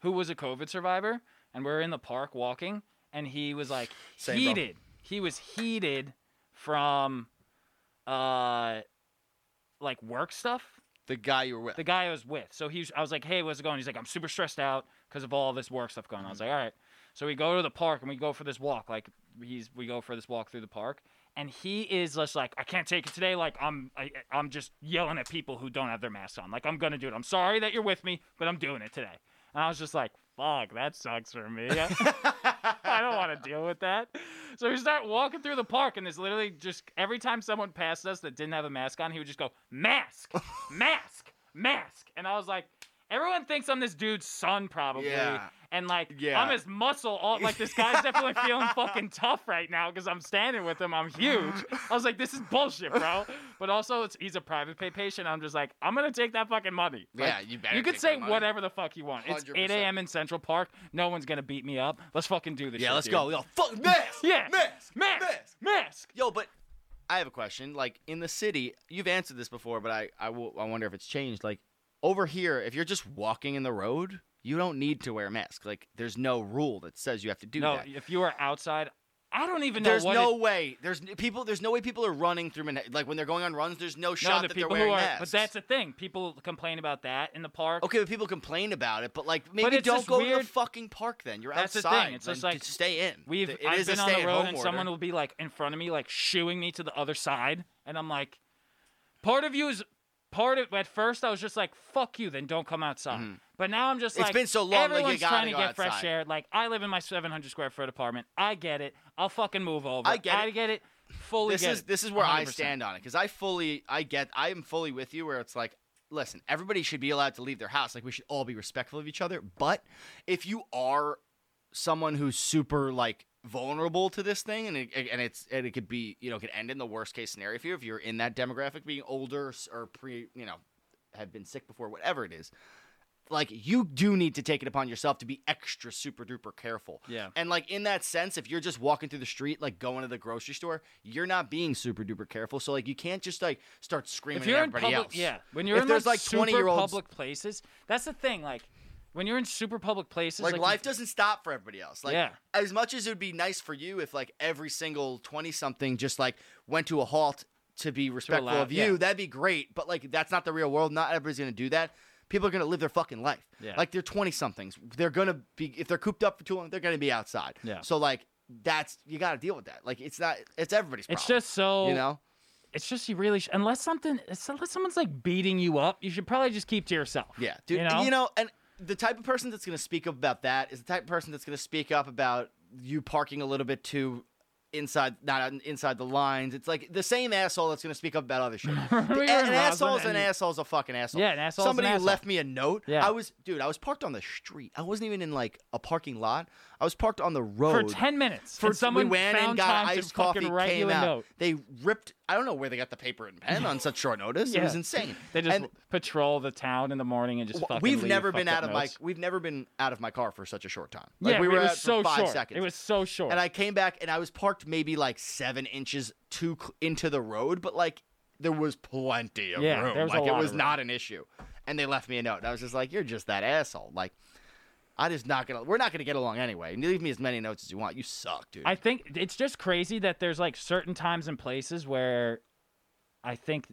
Speaker 4: who was a COVID survivor, and we were in the park walking, and he was like
Speaker 1: Same, bro.
Speaker 4: heated. He was heated from uh like work stuff
Speaker 1: The guy you were with.
Speaker 4: the guy I was with. So he, was, I was like, "Hey, what's it going?" He's like, "I'm super stressed out because of all this work stuff going." on. I was like, "All right." So we go to the park and we go for this walk. Like he's, we go for this walk through the park, and he is just like, "I can't take it today. Like I'm, I, I'm just yelling at people who don't have their masks on. Like I'm gonna do it. I'm sorry that you're with me, but I'm doing it today." And I was just like, "Fuck, that sucks for me. I don't want to deal with that." So we start walking through the park, and there's literally just every time someone passed us that didn't have a mask on, he would just go, "Mask, mask." mask. And I was like, everyone thinks I'm this dude's son, probably.
Speaker 1: Yeah.
Speaker 4: And like,
Speaker 1: Yeah.
Speaker 4: I'm his muscle. All, like, this guy's definitely feeling fucking tough right now because I'm standing with him. I'm huge. I was like, this is bullshit, bro. But also, it's, he's a private pay patient. I'm just like, I'm going to take that fucking money. Like,
Speaker 1: Yeah, you better
Speaker 4: You could
Speaker 1: take
Speaker 4: say
Speaker 1: that money.
Speaker 4: whatever the fuck you want. It's 8
Speaker 1: 100%.
Speaker 4: a.m. in Central Park. No one's going to beat me up. Let's fucking do this
Speaker 1: yeah,
Speaker 4: shit,
Speaker 1: let's
Speaker 4: dude.
Speaker 1: go. Yo, fuck mask.
Speaker 4: Yeah.
Speaker 1: Mask.
Speaker 4: Mask. Mask. Mask.
Speaker 1: Yo, but I have a question. Like in the city, you've answered this before, but I I wo- I wonder if it's changed. Like over here, if you're just walking in the road, you don't need to wear a mask. Like there's no rule that says you have to do
Speaker 4: No,
Speaker 1: that.
Speaker 4: if you are outside, I don't even know
Speaker 1: There's
Speaker 4: what
Speaker 1: no
Speaker 4: it,
Speaker 1: way. There's n- people. There's no way people are running through Manhattan. Like when they're going on runs, there's no shot
Speaker 4: no, the
Speaker 1: that
Speaker 4: people
Speaker 1: they're wearing
Speaker 4: who are,
Speaker 1: masks.
Speaker 4: but that's the thing. People complain about that in the park.
Speaker 1: okay. But people complain about it. But like, maybe
Speaker 4: it's
Speaker 1: don't
Speaker 4: just
Speaker 1: go to
Speaker 4: weird-
Speaker 1: the fucking park. Then you're
Speaker 4: That's the thing,
Speaker 1: outside.
Speaker 4: it's
Speaker 1: then
Speaker 4: just like,
Speaker 1: stay in.
Speaker 4: We've
Speaker 1: Th- it
Speaker 4: I've
Speaker 1: is
Speaker 4: been
Speaker 1: a
Speaker 4: on the
Speaker 1: stay-at-home
Speaker 4: road and
Speaker 1: order.
Speaker 4: someone will be like in front of me, like shooing me to the other side, and I'm like, part of you is part of. At first, I was just like, "Fuck you," then don't come outside. But now I'm just
Speaker 1: Mm-hmm. It's
Speaker 4: like,
Speaker 1: been so long, like, you
Speaker 4: everyone's
Speaker 1: gotta
Speaker 4: trying to
Speaker 1: go
Speaker 4: get fresh
Speaker 1: outside.
Speaker 4: air. Like I live in my 700 square foot apartment. I get it. I'll fucking move over.
Speaker 1: I get
Speaker 4: I
Speaker 1: it.
Speaker 4: get it. Fully.
Speaker 1: this
Speaker 4: get
Speaker 1: is
Speaker 4: it.
Speaker 1: this is where I
Speaker 4: 100%.
Speaker 1: stand on it because I fully I get I am fully with you where it's like listen everybody should be allowed to leave their house like we should all be respectful of each other but if you are someone who's super like vulnerable to this thing and it, and it's and it could be you know it could end in the worst case scenario for you if you're in that demographic being older s- or pre you know have been sick before whatever it is like you do need to take it upon yourself to be extra super duper careful.
Speaker 4: Yeah.
Speaker 1: And like in that sense, if you're just walking through the street, like going to the grocery store, you're not being super duper careful. So like you can't just like start screaming
Speaker 4: if you're
Speaker 1: at
Speaker 4: in
Speaker 1: everybody
Speaker 4: public,
Speaker 1: else.
Speaker 4: yeah, when you're
Speaker 1: if
Speaker 4: in
Speaker 1: there's like
Speaker 4: super
Speaker 1: 20 year olds,
Speaker 4: public places, that's the thing. Like when you're in super public places,
Speaker 1: like,
Speaker 4: like
Speaker 1: life doesn't stop for everybody else. Like
Speaker 4: Yeah.
Speaker 1: as much as it would be nice for you if like every single twenty something just like went to a halt to be respectful
Speaker 4: allow-
Speaker 1: of you,
Speaker 4: yeah.
Speaker 1: that'd be great. But like that's not the real world. Not everybody's gonna do that. People are gonna live their fucking life.
Speaker 4: Yeah.
Speaker 1: Like they're twenty somethings. They're gonna be if they're cooped up for too long, they're gonna be outside.
Speaker 4: Yeah.
Speaker 1: So like that's you gotta deal with that. Like it's not it's everybody's problem.
Speaker 4: It's just so
Speaker 1: you know?
Speaker 4: it's just you really sh- unless something unless someone's like beating you up, you should probably just keep to yourself.
Speaker 1: Yeah, dude.
Speaker 4: You
Speaker 1: and
Speaker 4: know,
Speaker 1: you know, and the type of person that's going to speak up about that is the type of person that's going to speak up about you parking a little bit too inside, not inside the lines. It's like the same asshole that's going to speak up about other shit. The-
Speaker 4: were in
Speaker 1: an asshole's
Speaker 4: Roslyn
Speaker 1: an
Speaker 4: and-
Speaker 1: asshole's a fucking asshole.
Speaker 4: Yeah, an asshole's an
Speaker 1: Somebody
Speaker 4: asshole.
Speaker 1: left me a note.
Speaker 4: Yeah.
Speaker 1: I was, dude. I was parked on the street. I wasn't even in like a parking lot. I was parked on the
Speaker 4: for
Speaker 1: road.
Speaker 4: ten minutes.
Speaker 1: For
Speaker 4: and someone
Speaker 1: we went
Speaker 4: found
Speaker 1: and got
Speaker 4: time
Speaker 1: an
Speaker 4: to
Speaker 1: iced coffee,
Speaker 4: fucking write
Speaker 1: came
Speaker 4: you a
Speaker 1: out.
Speaker 4: note.
Speaker 1: They ripped. I don't know where they got the paper and pen on such short notice. It was
Speaker 4: Yeah.
Speaker 1: insane.
Speaker 4: They just
Speaker 1: And-
Speaker 4: patrol the town in the morning and just
Speaker 1: well,
Speaker 4: fucking.
Speaker 1: we've
Speaker 4: leave
Speaker 1: never been
Speaker 4: fucked
Speaker 1: out
Speaker 4: up
Speaker 1: of
Speaker 4: notes.
Speaker 1: my we've never been out of my car for such a short time. Like
Speaker 4: Yeah,
Speaker 1: we
Speaker 4: it
Speaker 1: were
Speaker 4: was
Speaker 1: out
Speaker 4: so
Speaker 1: for five
Speaker 4: short.
Speaker 1: seconds.
Speaker 4: It was so short.
Speaker 1: and I came back and I was parked maybe like seven inches too cl- into the road, but like there was plenty of
Speaker 4: Yeah,
Speaker 1: room.
Speaker 4: there was a
Speaker 1: like
Speaker 4: lot
Speaker 1: it was
Speaker 4: of room.
Speaker 1: not an issue. And they left me a note, and I was just like, "You're just that asshole." Like. I just not gonna. We're not gonna get along anyway. And you leave me as many notes as you want. You suck, dude.
Speaker 4: I think it's just crazy that there's like certain times and places where I think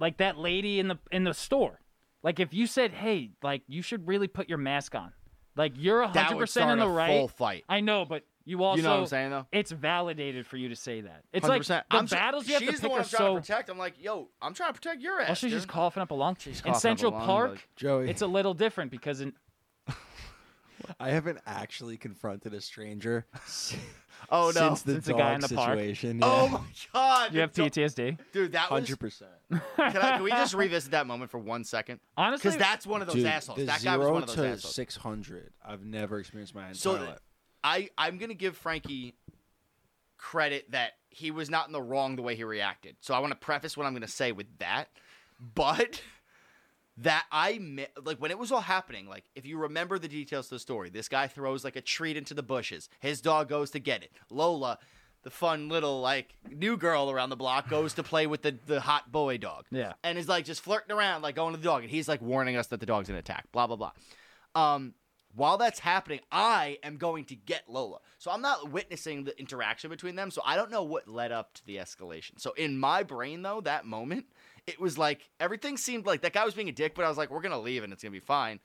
Speaker 4: like that lady in the in the store. Like if you said, "Hey, like you should really put your mask on." Like you're 100%
Speaker 1: That would
Speaker 4: in
Speaker 1: start
Speaker 4: the
Speaker 1: a
Speaker 4: right.
Speaker 1: full fight.
Speaker 4: I know, but you also
Speaker 1: know what I'm saying, though?
Speaker 4: It's validated for you to say that. It's like
Speaker 1: 100%.
Speaker 4: the
Speaker 1: I'm so-
Speaker 4: battles you have
Speaker 1: she's
Speaker 4: to
Speaker 1: the
Speaker 4: pick
Speaker 1: one
Speaker 4: are
Speaker 1: I'm trying
Speaker 4: so
Speaker 1: to protect. I'm like, yo, I'm trying to protect your ass.
Speaker 4: well, she's
Speaker 1: dude.
Speaker 4: just coughing up a lung. She's
Speaker 1: coughing
Speaker 4: in
Speaker 1: up a
Speaker 4: Central
Speaker 1: lung,
Speaker 4: Park,
Speaker 1: like-
Speaker 5: Joey.
Speaker 4: it's a little different because in
Speaker 5: I haven't actually confronted a stranger s-
Speaker 1: oh no.
Speaker 5: since the
Speaker 4: Since the
Speaker 5: dog
Speaker 4: guy in the park.
Speaker 5: situation.
Speaker 1: oh
Speaker 5: yeah.
Speaker 1: my god.
Speaker 4: you have
Speaker 1: dude,
Speaker 4: PTSD.
Speaker 1: dude. That was
Speaker 5: 100%.
Speaker 1: Can, I, can we just revisit that moment for one second?
Speaker 4: Honestly,
Speaker 1: Because that's one of those
Speaker 5: Dude,
Speaker 1: assholes.
Speaker 5: the
Speaker 1: That guy
Speaker 5: zero
Speaker 1: was one of those
Speaker 5: to
Speaker 1: assholes.
Speaker 5: 600, I've never experienced my entire
Speaker 1: So the-
Speaker 5: life.
Speaker 1: I I'm gonna give Frankie credit that he was not in the wrong the way he reacted. So I want to preface what I'm gonna say with that, but that I mi- like when it was all happening. Like if you remember the details of the story, this guy throws like a treat into the bushes. His dog goes to get it. Lola. The fun little like new girl around the block goes to play with the, the hot boy dog.
Speaker 4: Yeah.
Speaker 1: And is like just flirting around, like going to the dog, and he's like warning us that the dog's gonna attack. Blah blah blah. Um, while that's happening, I am going to get Lola. So I'm not witnessing the interaction between them. So I don't know what led up to the escalation. So in my brain, though, that moment, it was like everything seemed like that guy was being a dick, but I was like, we're going to leave and it's going to be fine.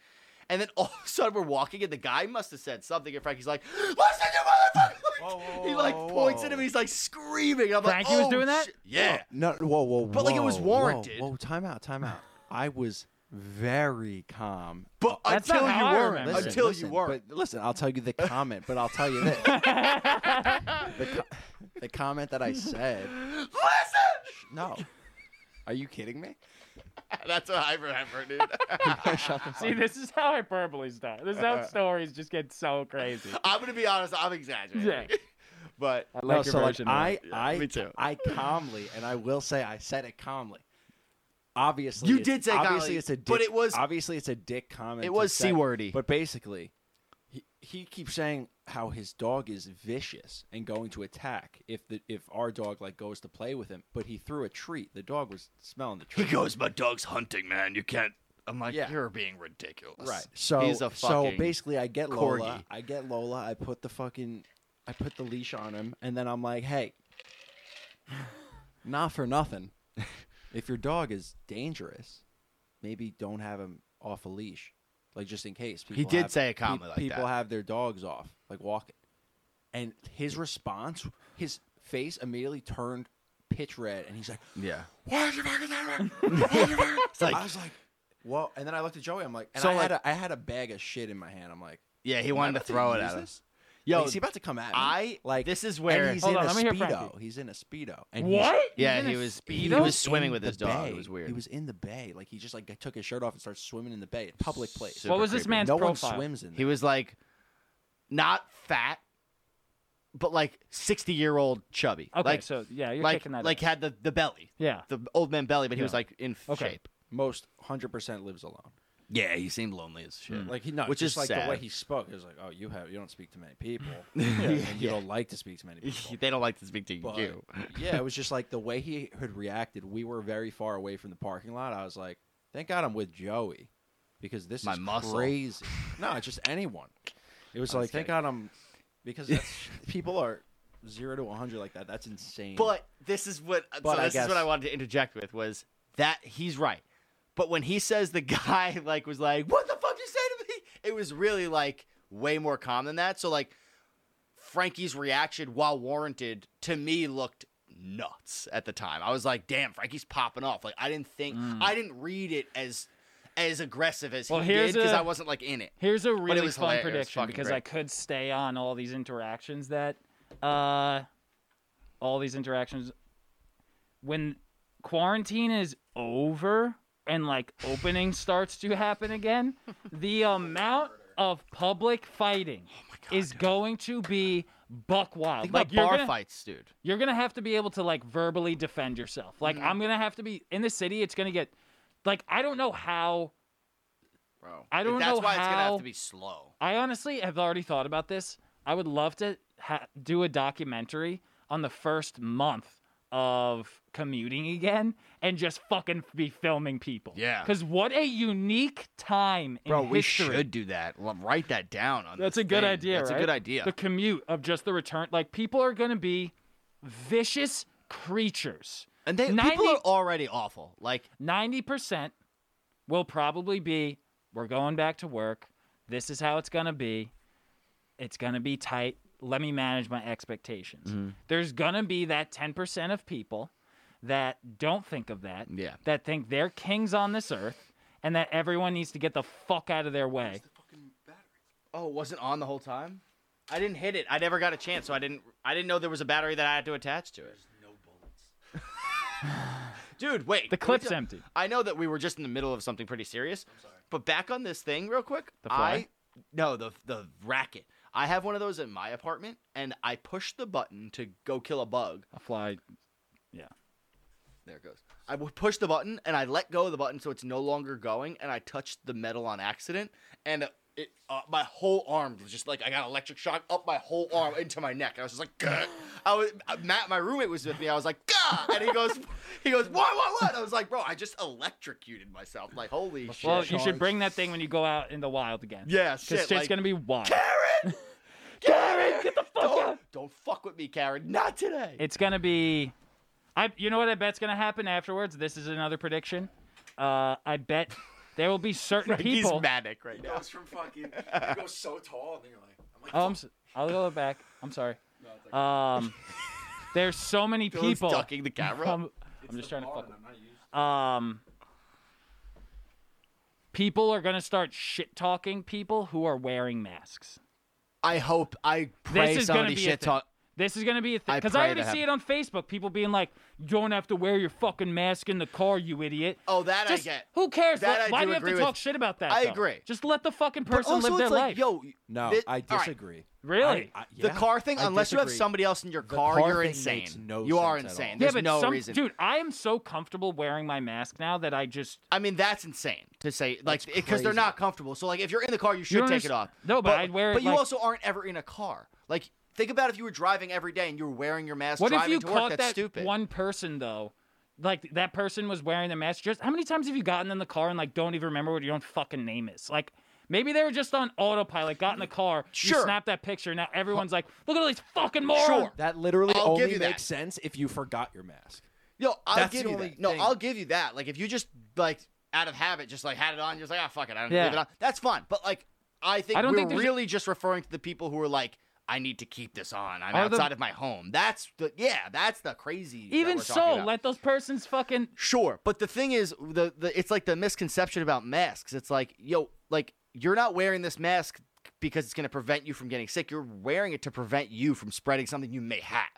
Speaker 1: And then all of a sudden, we're walking, and the guy must have said something. And Frankie's like, Listen, you motherfucker! he like points at him. He's like screaming. I'm like,
Speaker 4: Frankie was
Speaker 1: "Oh,
Speaker 4: doing that?"
Speaker 1: shit." Yeah.
Speaker 5: No, whoa, whoa,
Speaker 1: But, like, it was
Speaker 5: whoa,
Speaker 1: warranted.
Speaker 5: Whoa, whoa, time out, time out. I was very calm.
Speaker 1: But
Speaker 4: That's not
Speaker 1: until
Speaker 4: how
Speaker 1: you
Speaker 4: I
Speaker 1: weren't.
Speaker 4: remember it.
Speaker 5: Listen,
Speaker 1: Until
Speaker 5: listen,
Speaker 1: you weren't.
Speaker 5: But listen, I'll tell you the comment, but I'll tell you this. the, co- the comment that I said. Listen! No. Are you kidding me?
Speaker 1: That's what I remember, dude.
Speaker 4: See, this is how hyperbole starts. This is how
Speaker 1: Uh-huh.
Speaker 4: stories just get so crazy.
Speaker 1: I'm going to be honest. I'm exaggerating.
Speaker 4: Yeah.
Speaker 1: But
Speaker 4: I like
Speaker 5: No,
Speaker 4: your
Speaker 5: so like,
Speaker 4: version. more.
Speaker 5: I, I,
Speaker 1: me too.
Speaker 5: I calmly, and I will say I said it calmly. Obviously,
Speaker 1: You
Speaker 5: it's-
Speaker 1: did say
Speaker 5: obviously
Speaker 1: calmly,
Speaker 5: it's a dick,
Speaker 1: but it was-
Speaker 5: obviously it's a dick comment.
Speaker 1: It
Speaker 5: to
Speaker 1: was
Speaker 5: say,
Speaker 1: C-wordy.
Speaker 5: But basically, he, he keeps saying how his dog is vicious and going to attack if the if our dog like goes to play with him. But he threw a treat. The dog was smelling the
Speaker 1: He
Speaker 5: treat.
Speaker 1: goes, my dog's hunting, man. You can't. I'm like,
Speaker 5: Yeah.
Speaker 1: you're being ridiculous.
Speaker 5: Right. So
Speaker 1: he's a
Speaker 5: so
Speaker 1: fucking
Speaker 5: basically, I get
Speaker 1: corgi.
Speaker 5: Lola. I get Lola. I put the fucking, I put the leash on him, and then I'm like, hey, not for nothing. if your dog is dangerous, maybe don't have him off a leash, like just in case. People
Speaker 1: did
Speaker 5: have,
Speaker 1: say a
Speaker 5: peop-
Speaker 1: comment like
Speaker 5: people
Speaker 1: that.
Speaker 5: have their dogs off, like walking, and his response, his face immediately turned pitch red, and he's like,
Speaker 1: yeah.
Speaker 5: why did you fucking do that? It's like, I was like, well, and then I looked at Joey. I'm like, and
Speaker 1: So,
Speaker 5: I, had
Speaker 1: like-
Speaker 5: a, I had a bag of shit in my hand. I'm like,
Speaker 1: Yeah, he
Speaker 5: am I
Speaker 1: wanted to
Speaker 5: about
Speaker 1: throw it
Speaker 5: use
Speaker 1: at us.
Speaker 5: this?
Speaker 1: Yo,
Speaker 5: like, is he about to come at me?
Speaker 1: I-
Speaker 5: like
Speaker 1: this is
Speaker 5: and
Speaker 1: where-
Speaker 5: he's
Speaker 4: Hold
Speaker 5: in
Speaker 4: on,
Speaker 5: a
Speaker 4: let me hear
Speaker 5: speedo.
Speaker 4: Frankie.
Speaker 5: He's in a speedo. And he's-
Speaker 4: what?
Speaker 1: Yeah,
Speaker 4: Even
Speaker 1: he
Speaker 4: a
Speaker 1: was-
Speaker 4: speedo?
Speaker 1: he was swimming
Speaker 5: in
Speaker 1: with
Speaker 5: the
Speaker 1: his dog. It
Speaker 5: bay.
Speaker 1: was weird.
Speaker 5: He was in the bay. Like he just like took his shirt off and started swimming in the bay, a public place.
Speaker 1: Super
Speaker 4: What was this
Speaker 1: creepy.
Speaker 4: man's
Speaker 5: no
Speaker 4: profile?
Speaker 5: one swims in.
Speaker 1: He
Speaker 5: There.
Speaker 1: was like, not fat, but like 60 year old chubby.
Speaker 4: Okay,
Speaker 1: like,
Speaker 4: so yeah, you're
Speaker 1: like
Speaker 4: kicking that.
Speaker 1: like
Speaker 4: out.
Speaker 1: had the the belly.
Speaker 4: yeah,
Speaker 1: The old man belly, but he was
Speaker 4: Yeah.
Speaker 1: like in
Speaker 4: Okay.
Speaker 1: shape.
Speaker 5: Most hundred percent lives alone.
Speaker 1: Yeah, he seemed lonely as shit.
Speaker 4: Mm.
Speaker 5: Like he, no,
Speaker 1: Which
Speaker 5: just
Speaker 1: is
Speaker 5: like
Speaker 1: sad.
Speaker 5: the way he spoke. It was like, oh, you have you don't speak to many people, and you don't like to speak to many people.
Speaker 1: Mm. they don't like to speak to
Speaker 5: But,
Speaker 1: you.
Speaker 5: yeah, it was just like the way he had reacted. We were very far away from the parking lot. I was like, thank God I'm with Joey because this
Speaker 1: My
Speaker 5: is
Speaker 1: muscle.
Speaker 5: crazy. no, it's just anyone. It was
Speaker 1: I was
Speaker 5: like, thank
Speaker 1: kidding.
Speaker 5: God I'm because that's, people are zero to 100 like that. That's insane.
Speaker 1: But this is what
Speaker 5: But
Speaker 1: so
Speaker 5: I
Speaker 1: this is
Speaker 5: guess-
Speaker 1: what I wanted to interject with was that he's right. But when he says the guy like was like, "What the fuck you say to me?" It was really like way more calm than that. So like Frankie's reaction while warranted to me looked nuts at the time. I was like, "Damn, Frankie's popping off." Like I didn't think I didn't read it as as aggressive as
Speaker 4: Mm. Well,
Speaker 1: he did
Speaker 4: here's
Speaker 1: because
Speaker 4: a-
Speaker 1: I wasn't like in it.
Speaker 4: Here's a really
Speaker 1: was
Speaker 4: fun
Speaker 1: hilarious. It was
Speaker 4: prediction
Speaker 1: fucking
Speaker 4: because
Speaker 1: great.
Speaker 4: I could stay on all these interactions that, uh, all these interactions. When quarantine is over and like opening starts to happen again, the amount of public fighting is going to be buck wild.
Speaker 1: Oh Think
Speaker 4: like
Speaker 1: about bar
Speaker 4: you're gonna,
Speaker 1: fights, dude.
Speaker 4: you're gonna have to be able to like verbally defend yourself.
Speaker 1: Mm-hmm.
Speaker 4: Like I'm gonna have to be in the city. It's gonna get like I don't know how.
Speaker 1: Bro.
Speaker 4: I don't
Speaker 1: That's
Speaker 4: know
Speaker 1: why it's gonna have
Speaker 4: how-
Speaker 1: to be slow.
Speaker 4: I honestly have already thought about this. I would love to ha- do a documentary on the first month of commuting again and just fucking be filming people.
Speaker 1: Yeah.
Speaker 4: Because what a unique time in
Speaker 1: Bro, we
Speaker 4: history.
Speaker 1: should do that. L- write that down. On
Speaker 4: That's
Speaker 1: this
Speaker 4: a good
Speaker 1: thing.
Speaker 4: idea.
Speaker 1: That's
Speaker 4: right?
Speaker 1: a good idea.
Speaker 4: The commute of just the return. Like people are gonna be vicious creatures.
Speaker 1: and they,
Speaker 4: 90
Speaker 1: people are already awful. Like,
Speaker 4: 90% will probably be we're going back to work. This is how it's going to be. It's going to be tight. Let me manage my expectations.
Speaker 1: Mm-hmm.
Speaker 4: There's going to be that 10% of people that don't think of that,
Speaker 1: Yeah.
Speaker 4: that think they're kings on this earth and that everyone needs to get the fuck out of their way.
Speaker 1: oh, it wasn't on the whole time. I didn't hit it. I never got a chance, so I didn't. I didn't know there was a battery that I had to attach to it. There's no bullets. Dude, wait.
Speaker 4: The
Speaker 1: Can we
Speaker 4: clip's
Speaker 1: ta-
Speaker 4: empty.
Speaker 1: I know that we were just in the middle of something pretty serious. I'm sorry. But back on this thing real quick.
Speaker 4: The fly?
Speaker 1: I no the the racket. I have one of those in my apartment, and I push the button to go kill a bug.
Speaker 4: A fly. Yeah.
Speaker 1: There it goes. I would push the button, and I let go of the button so it's no longer going, and I touched the metal on accident, and it uh, my whole arm was just like I got electric shock up my whole arm into my neck. I was just like, Gah. I was uh, Matt, my roommate was with me. I was like, Gah! and he goes, he goes, what, what, what? I was like, bro, I just electrocuted myself. Like, holy shit.
Speaker 4: Well, you should bring that thing when you go out in the wild again.
Speaker 1: yeah, shit.
Speaker 4: Because shit's
Speaker 1: like-
Speaker 4: gonna be wild.
Speaker 1: Karen, get the fuck out! Don't fuck with me, Karen. Not today.
Speaker 4: It's gonna be. I. You know what I bet's gonna happen afterwards. This is another prediction. Uh, I bet there will be certain
Speaker 1: He's
Speaker 4: people.
Speaker 1: manic right now.
Speaker 5: goes from fucking you go so tall and then you're like I'm like
Speaker 4: Oh, I'm, s- I'll go back. I'm sorry. Um, there's so many
Speaker 1: He's
Speaker 4: people.
Speaker 1: ducking the camera.
Speaker 4: I'm, I'm just trying to fuck. with- Um, people are gonna start shit talking people who are wearing masks.
Speaker 1: I hope. I
Speaker 4: This
Speaker 1: pray
Speaker 4: is gonna
Speaker 1: somebody
Speaker 4: be a
Speaker 1: shit
Speaker 4: thing.
Speaker 1: talk.
Speaker 4: This is gonna be a thing
Speaker 1: I
Speaker 4: because
Speaker 1: pray
Speaker 4: I, already
Speaker 1: that
Speaker 4: see it on Facebook. People being like, "You don't have to wear your fucking mask in the car, you idiot."
Speaker 1: Oh, that
Speaker 4: Just-
Speaker 1: I get.
Speaker 4: Who cares?
Speaker 1: That
Speaker 4: Why-
Speaker 1: I
Speaker 4: Why
Speaker 1: do
Speaker 4: do you have to
Speaker 1: agree
Speaker 4: talk
Speaker 1: with.
Speaker 4: shit about that?
Speaker 1: I
Speaker 4: though?
Speaker 1: agree.
Speaker 4: Just let the fucking person
Speaker 1: also,
Speaker 4: live
Speaker 1: it's
Speaker 4: their
Speaker 1: like,
Speaker 4: life.
Speaker 1: yo,
Speaker 5: No,
Speaker 1: thi-
Speaker 5: I
Speaker 1: all right,
Speaker 5: disagree.
Speaker 4: really?
Speaker 5: I-
Speaker 1: The
Speaker 5: yeah,
Speaker 1: car thing,
Speaker 5: I
Speaker 1: unless you have
Speaker 5: disagree.
Speaker 1: somebody else in your
Speaker 5: The
Speaker 1: car,
Speaker 5: car
Speaker 1: you're
Speaker 5: thing
Speaker 1: insane.
Speaker 5: makes no
Speaker 1: you are
Speaker 5: sense at
Speaker 1: insane.
Speaker 5: all.
Speaker 1: There's
Speaker 4: yeah, but
Speaker 1: no
Speaker 4: some
Speaker 1: reason.
Speaker 4: dude, I am so comfortable wearing my mask now that I just
Speaker 1: I mean, that's insane to say, like,
Speaker 5: That's
Speaker 1: because they're
Speaker 5: crazy.
Speaker 1: not comfortable. So, like, if you're in the car, you should
Speaker 4: don't
Speaker 1: take it
Speaker 4: underst-
Speaker 1: off.
Speaker 4: No, but I'd wear it,
Speaker 1: But you
Speaker 4: like-
Speaker 1: also aren't ever in a car. Like, think about if you were driving every day and you were wearing your mask.
Speaker 4: What if
Speaker 1: driving
Speaker 4: you
Speaker 1: to
Speaker 4: caught
Speaker 1: work? That's
Speaker 4: that
Speaker 1: stupid.
Speaker 4: one person though? Like that person was wearing the mask. Just how many times have you gotten in the car and like don't even remember what your own fucking name is? Like maybe they were just on autopilot, got in the car,
Speaker 1: Sure.
Speaker 4: you snap that picture, now everyone's like, look at all these fucking morons.
Speaker 1: Sure.
Speaker 5: That literally
Speaker 1: I'll
Speaker 5: only
Speaker 1: give you that.
Speaker 5: makes sense if you forgot your mask.
Speaker 1: Yo, I'll
Speaker 5: That's
Speaker 1: give
Speaker 5: the
Speaker 1: you
Speaker 5: only
Speaker 1: that. No,
Speaker 5: thing.
Speaker 1: I'll give you that. Like if you just like out of habit, just like had it on, you're just like, ah, fuck it, I don't
Speaker 4: Yeah.
Speaker 1: leave it on. That's fine. But like, I think
Speaker 4: I don't
Speaker 1: we're
Speaker 4: think there's a-
Speaker 1: really just referring to the people who are like, I need to keep this on. I'm
Speaker 4: Are the-
Speaker 1: outside of my home. That's the yeah. That's the crazy. that
Speaker 4: Even
Speaker 1: we're talking
Speaker 4: so,
Speaker 1: about.
Speaker 4: let those persons fucking
Speaker 1: Sure, but the thing is, the, the it's like the misconception about masks. It's like, yo, like you're not wearing this mask because it's going to prevent you from getting sick. You're wearing it to prevent you from spreading something you may have.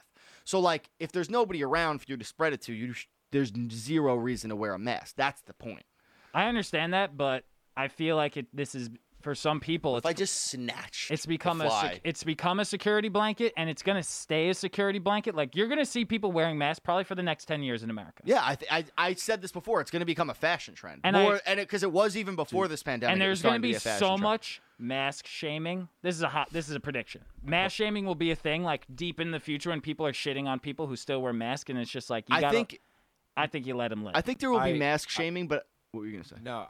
Speaker 1: So, like, if there's nobody around for you to spread it to, you sh- there's zero reason to wear a mask. That's the point.
Speaker 4: I understand that, but I feel like it this is for some people
Speaker 1: If
Speaker 4: it's
Speaker 1: I just snatch,
Speaker 4: It's become
Speaker 1: the
Speaker 4: a
Speaker 1: fly,
Speaker 4: sec- it's become a security blanket, and it's gonna stay a security blanket. Like you're gonna see people wearing masks probably for the next ten years in America.
Speaker 1: yeah. I, th- I I said this before. It's going to become a fashion trend,
Speaker 4: And
Speaker 1: More,
Speaker 4: I-
Speaker 1: and because it, was even before this pandemic,
Speaker 4: and
Speaker 1: it
Speaker 4: there's
Speaker 1: was
Speaker 4: going to
Speaker 1: starting to
Speaker 4: be,
Speaker 1: a fashion
Speaker 4: so
Speaker 1: trend.
Speaker 4: much mask shaming. This is a hot. This is a prediction. Mask shaming will be a thing like deep in the future when people are shitting on people who still wear masks, and it's just like you
Speaker 1: I
Speaker 4: gotta,
Speaker 1: think
Speaker 4: I think you let them live.
Speaker 1: I think there will be
Speaker 5: I-
Speaker 1: mask shaming, but what were you going to say?
Speaker 5: No,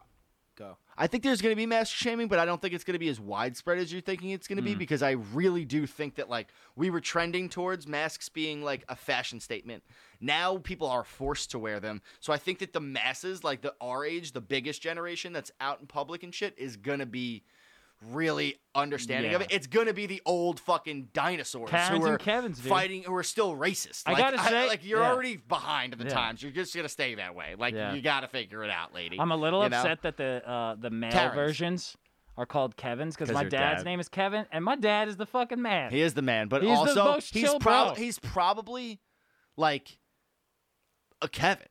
Speaker 5: go.
Speaker 1: I think there's going to be mask shaming, but I don't think it's going to be as widespread as you're thinking it's going to be
Speaker 4: Mm.
Speaker 1: because I really do think that like we were trending towards masks being like a fashion statement. Now people are forced to wear them. So I think that the masses, like the our age, the biggest generation that's out in public and shit is going to be really understanding of
Speaker 4: Yeah.
Speaker 1: it. It's going to be the old fucking dinosaurs
Speaker 4: Karens
Speaker 1: who
Speaker 4: and
Speaker 1: are
Speaker 4: Kevins, dude.
Speaker 1: fighting who are still racist.
Speaker 4: I
Speaker 1: Like,
Speaker 4: gotta say-
Speaker 1: like you're
Speaker 4: yeah.
Speaker 1: already behind of the
Speaker 4: Yeah.
Speaker 1: times. You're just going to stay that way. Like
Speaker 4: Yeah.
Speaker 1: you got to figure it out, lady.
Speaker 4: I'm a little
Speaker 1: You know?
Speaker 4: upset that the uh, the male
Speaker 1: Karens.
Speaker 4: versions are called Kevin's because my
Speaker 1: they're
Speaker 4: dad's
Speaker 1: dad.
Speaker 4: name is Kevin, and my dad is the fucking man.
Speaker 1: He is the man, but
Speaker 4: He's the
Speaker 1: also
Speaker 4: most
Speaker 1: he's
Speaker 4: chill
Speaker 1: prob-
Speaker 4: bro.
Speaker 1: he's probably like a Kevin.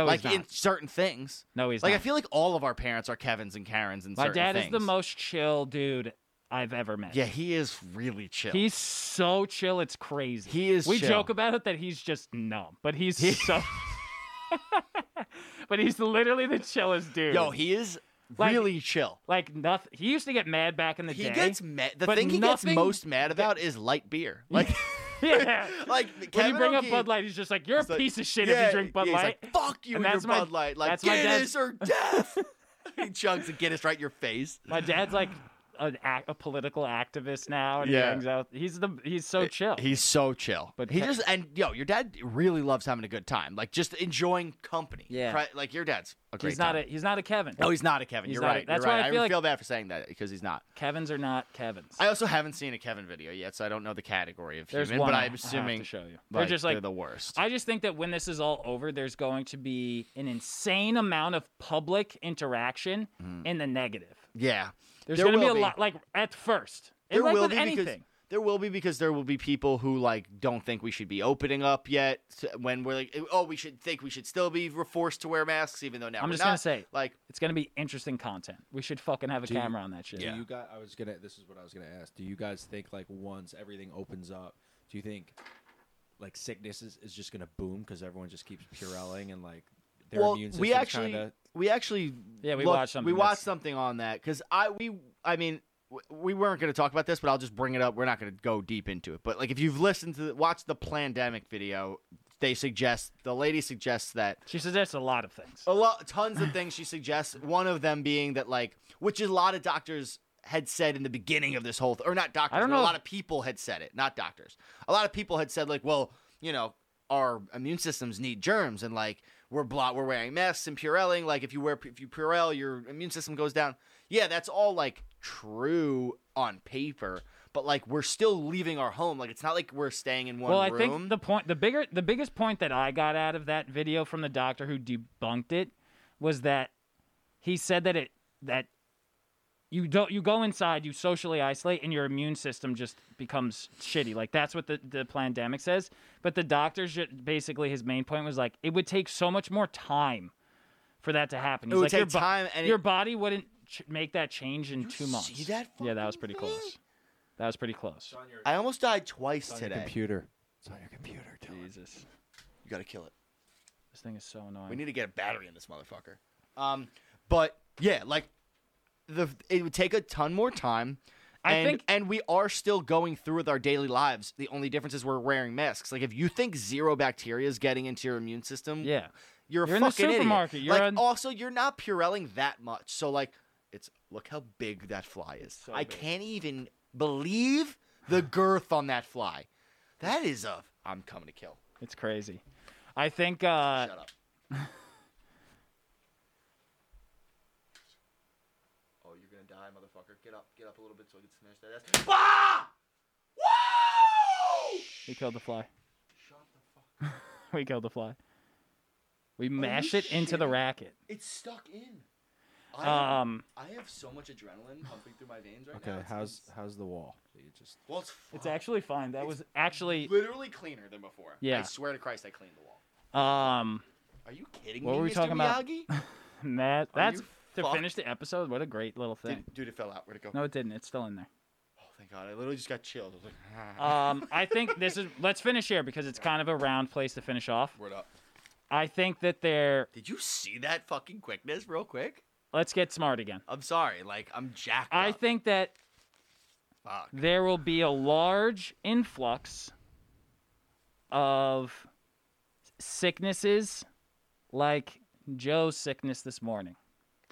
Speaker 4: no,
Speaker 1: like
Speaker 4: Oh, he's not.
Speaker 1: in certain things.
Speaker 4: No, he's
Speaker 1: like
Speaker 4: not.
Speaker 1: I feel like all of our parents are Kevins and Karens and
Speaker 4: my
Speaker 1: certain
Speaker 4: dad is the
Speaker 1: things.
Speaker 4: most chill dude I've ever met.
Speaker 1: Yeah, he is really chill.
Speaker 4: He's so chill, it's crazy.
Speaker 1: He is
Speaker 4: We
Speaker 1: chill.
Speaker 4: joke about it that he's just numb, but he's so. but he's literally the chillest dude.
Speaker 1: yo, he is
Speaker 4: Like-
Speaker 1: really chill.
Speaker 4: like nothing. He used to get mad back in the
Speaker 1: He
Speaker 4: day.
Speaker 1: gets mad. The
Speaker 4: but
Speaker 1: thing he gets
Speaker 4: nothing-
Speaker 1: most mad about is light beer. Like,
Speaker 4: yeah.
Speaker 1: like
Speaker 4: when
Speaker 1: Kevin
Speaker 4: you bring up
Speaker 1: O'Keefe-
Speaker 4: Bud Light, he's just like, "You're a
Speaker 1: It's like,
Speaker 4: piece of shit
Speaker 1: yeah,
Speaker 4: if you drink Bud
Speaker 1: yeah, he's
Speaker 4: Light."
Speaker 1: Like, Fuck you
Speaker 4: And
Speaker 1: and, your
Speaker 4: that's my-
Speaker 1: Bud Light. Like
Speaker 4: that's my
Speaker 1: Guinness
Speaker 4: dad's-
Speaker 1: or death. he chugs a Guinness right in your face.
Speaker 4: My dad's like an ac- a political activist now, and he
Speaker 1: Yeah.
Speaker 4: hangs out. He's the he's so chill.
Speaker 1: He's so chill.
Speaker 4: But
Speaker 1: But he
Speaker 4: ca-
Speaker 1: just and yo, your dad really loves having a good time, like just enjoying company.
Speaker 4: Yeah.
Speaker 1: Pri- like your dad's a great.
Speaker 4: he's not a
Speaker 1: time.
Speaker 4: he's not a Kevin.
Speaker 1: No, he's not a Kevin.
Speaker 4: He's
Speaker 1: You're
Speaker 4: not a-
Speaker 1: right.
Speaker 4: that's
Speaker 1: You're
Speaker 4: why
Speaker 1: right.
Speaker 4: I feel like-
Speaker 1: feel bad for saying that because he's not.
Speaker 4: Kevins are not Kevins.
Speaker 1: I also haven't seen a Kevin video yet, so I don't know the category of
Speaker 4: There's
Speaker 1: human.
Speaker 4: one
Speaker 1: but
Speaker 4: I- I have
Speaker 1: I'm
Speaker 4: to
Speaker 1: assuming
Speaker 4: show you. They're
Speaker 1: Like,
Speaker 4: just like-
Speaker 1: the worst.
Speaker 4: I just think that when this is all over, there's going to be an insane amount of public interaction in the negative.
Speaker 1: yeah,
Speaker 4: There's
Speaker 1: There
Speaker 4: going to Mm-hmm. be
Speaker 1: will
Speaker 4: a lot, like at first, and
Speaker 1: There
Speaker 4: like
Speaker 1: will
Speaker 4: with
Speaker 1: be because
Speaker 4: anything.
Speaker 1: There will be because there will be people who like don't think we should be opening up yet. s- When we're like, oh, we should think we should still be forced to wear masks, even though now
Speaker 4: I'm
Speaker 1: we're
Speaker 4: just gonna
Speaker 1: not.
Speaker 4: say-
Speaker 1: like,
Speaker 4: It's gonna be interesting content. We should fucking have a
Speaker 5: you-
Speaker 4: camera on that shit.
Speaker 5: Do you guys? I was gonna. This is what I was gonna ask. Do you guys think like once everything opens up, do you think like sickness is, is just gonna boom because everyone just keeps purelling and like their
Speaker 1: well,
Speaker 5: immune
Speaker 1: we
Speaker 5: system's
Speaker 1: actually,
Speaker 5: kinda,
Speaker 1: we actually,
Speaker 4: Yeah, we
Speaker 1: looked-
Speaker 4: watched something
Speaker 1: We
Speaker 4: that's-
Speaker 1: watched something on that because I we I mean w- we weren't going to talk about this, but I'll just bring it up. We're not going to go deep into it, but like if you've listened to the, watch the pandemic video, they suggest the lady suggests that
Speaker 4: She suggests a lot of things.
Speaker 1: a lot tons of things she suggests one of them being that like which a lot of doctors had said in the beginning of this whole th- or not doctors
Speaker 4: I don't
Speaker 1: but
Speaker 4: know
Speaker 1: a
Speaker 4: if-
Speaker 1: lot of people had said it not doctors a lot of people had said like well you know our immune systems need germs and like we're blo- we're wearing masks and purelling like if you wear if you purell your immune system goes down yeah that's all like true on paper but like we're still leaving our home like it's not like we're staying in one
Speaker 4: Well, I
Speaker 1: room
Speaker 4: think the point, the bigger, the biggest point that I got out of that video from the doctor who debunked it was that he said that it that you don't you go inside, you socially isolate, and your immune system just becomes shitty. Like that's what the the pandemic says. But the doctor's ju- basically his main point was like it would take so much more time for that to happen. He's
Speaker 1: would
Speaker 4: like, your
Speaker 1: take time and it-
Speaker 4: your body wouldn't ch- make that change in two months.
Speaker 1: see that
Speaker 4: yeah, that was pretty
Speaker 1: fucking thing?
Speaker 4: close. That was pretty close.
Speaker 1: i almost died twice today
Speaker 5: computer. It's on your computer. Dylan.
Speaker 4: Jesus,
Speaker 1: you gotta kill it
Speaker 4: this thing is so annoying.
Speaker 1: We need to get a battery in this motherfucker. Um, but yeah, like the it would take a ton more time.
Speaker 4: I
Speaker 1: And,
Speaker 4: think-
Speaker 1: and we are still going through with our daily lives. The only difference is we're wearing masks. Like if you think zero bacteria is getting into your immune system,
Speaker 4: yeah.
Speaker 1: you're a
Speaker 4: You're in the
Speaker 1: fucking
Speaker 4: supermarket.
Speaker 1: idiot.
Speaker 4: You're
Speaker 1: like
Speaker 4: on-
Speaker 1: also you're not purelling that much. So like it's look how big that fly is.
Speaker 4: so
Speaker 1: I
Speaker 4: big.
Speaker 1: can't even believe the girth on that fly. That is a I'm coming to kill.
Speaker 4: It's crazy. I think uh,
Speaker 1: Shut up. oh, you're gonna die, motherfucker. Get up, get up a little bit so I can smash that ass. Ah! Woo!
Speaker 4: we killed the fly. we killed the fly. We mashed it into the racket.
Speaker 1: It's stuck in. I,
Speaker 4: Um,
Speaker 1: I have so much adrenaline pumping through my veins right now.
Speaker 5: Okay,
Speaker 1: it's
Speaker 5: how's
Speaker 1: ins-
Speaker 5: how's the wall? So you just
Speaker 1: well, it's,
Speaker 4: it's
Speaker 1: fucked.
Speaker 4: actually fine. That was actually
Speaker 1: literally cleaner than before.
Speaker 4: Yeah.
Speaker 1: I swear to Christ, I cleaned the wall.
Speaker 4: um
Speaker 1: Are you kidding
Speaker 4: What
Speaker 1: me,
Speaker 4: were we
Speaker 1: Mr.
Speaker 4: talking about?
Speaker 1: Miyagi?
Speaker 4: that that's
Speaker 1: you
Speaker 4: to
Speaker 1: fucked?
Speaker 4: finish the episode. What a great little thing.
Speaker 1: Dude, dude, it fell out. Where'd it go?
Speaker 4: No, it didn't. It's still in there.
Speaker 1: Oh, thank God. I literally just got chilled. I was like, "Ah,
Speaker 4: Um, I think this is. Let's finish here because it's kind of a round place to finish off.
Speaker 1: word up.
Speaker 4: I think that they're.
Speaker 1: Did you see that fucking quickness real quick?
Speaker 4: Let's get smart again.
Speaker 1: I'm sorry. Like, I'm jacked
Speaker 4: I
Speaker 1: up.
Speaker 4: think that
Speaker 1: Fuck.
Speaker 4: there will be a large influx of sicknesses like Joe's sickness this morning.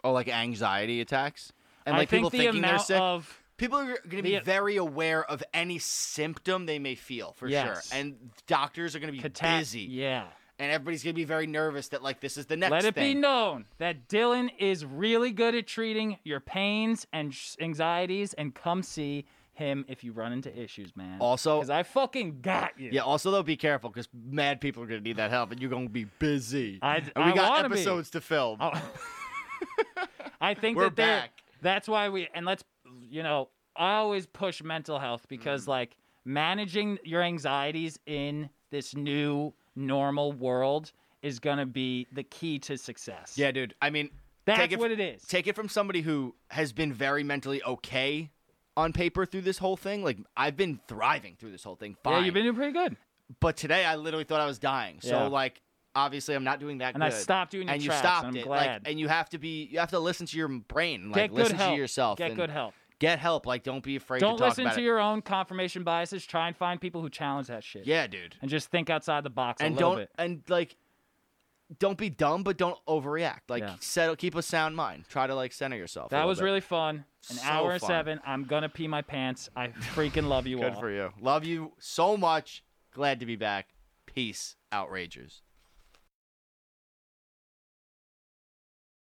Speaker 1: Oh, like anxiety attacks? And
Speaker 4: I
Speaker 1: like
Speaker 4: think
Speaker 1: people
Speaker 4: the
Speaker 1: thinking they're
Speaker 4: amount
Speaker 1: sick?
Speaker 4: of
Speaker 1: people are going to be
Speaker 4: the-
Speaker 1: very aware of any symptom they may feel for
Speaker 4: Yes.
Speaker 1: sure. And doctors are going to be
Speaker 4: cata-
Speaker 1: busy.
Speaker 4: Yeah.
Speaker 1: And everybody's going to be very nervous that, like, this is the next
Speaker 4: Let it
Speaker 1: thing.
Speaker 4: be known that Dylan is really good at treating your pains and sh- anxieties, and come see him if you run into issues, man.
Speaker 1: Also-
Speaker 4: because I fucking got you.
Speaker 1: yeah, also, though, be careful because mad people are going to need that help and you're going to be busy.
Speaker 4: I-
Speaker 1: and we
Speaker 4: I
Speaker 1: got
Speaker 4: wanna be. Oh.
Speaker 1: episodes to film.
Speaker 4: I think
Speaker 1: We're
Speaker 4: that they're-
Speaker 1: back.
Speaker 4: that's why we and let's you know, I always push mental health because
Speaker 1: Mm-hmm.
Speaker 4: like managing your anxieties in this new normal world is going to be the key to success.
Speaker 1: Yeah, dude. I mean,
Speaker 4: That's
Speaker 1: take it,
Speaker 4: what it is.
Speaker 1: Take it from somebody who has been very mentally okay on paper through this whole thing. Like I've been thriving through this whole thing. Fine.
Speaker 4: Yeah, you've been doing pretty good.
Speaker 1: But today I literally thought I was dying. So
Speaker 4: Yeah.
Speaker 1: like obviously I'm not doing that
Speaker 4: And I
Speaker 1: good.
Speaker 4: stopped doing your
Speaker 1: and you
Speaker 4: tracks,
Speaker 1: stopped
Speaker 4: and I'm
Speaker 1: it. Like
Speaker 4: glad.
Speaker 1: and you have to be you have to listen to your brain. Like
Speaker 4: Get good
Speaker 1: listen
Speaker 4: help.
Speaker 1: to yourself.
Speaker 4: Get
Speaker 1: and
Speaker 4: good help.
Speaker 1: Get help. Like don't be afraid
Speaker 4: Don't
Speaker 1: to talk
Speaker 4: listen
Speaker 1: about
Speaker 4: to
Speaker 1: it.
Speaker 4: your own confirmation biases. Try and find people who challenge that shit.
Speaker 1: Yeah, dude.
Speaker 4: And just think outside the box a
Speaker 1: and
Speaker 4: little
Speaker 1: don't
Speaker 4: bit.
Speaker 1: and like don't be dumb, but don't overreact. Like
Speaker 4: Yeah.
Speaker 1: settle, keep a sound mind. Try to like center yourself. a
Speaker 4: That
Speaker 1: little
Speaker 4: was
Speaker 1: bit.
Speaker 4: really fun. An
Speaker 1: So
Speaker 4: hour and
Speaker 1: fun.
Speaker 4: seven. I'm gonna pee my pants. I freaking love you all.
Speaker 1: Good for you. Love you so much. Glad to be back. Peace, outragers.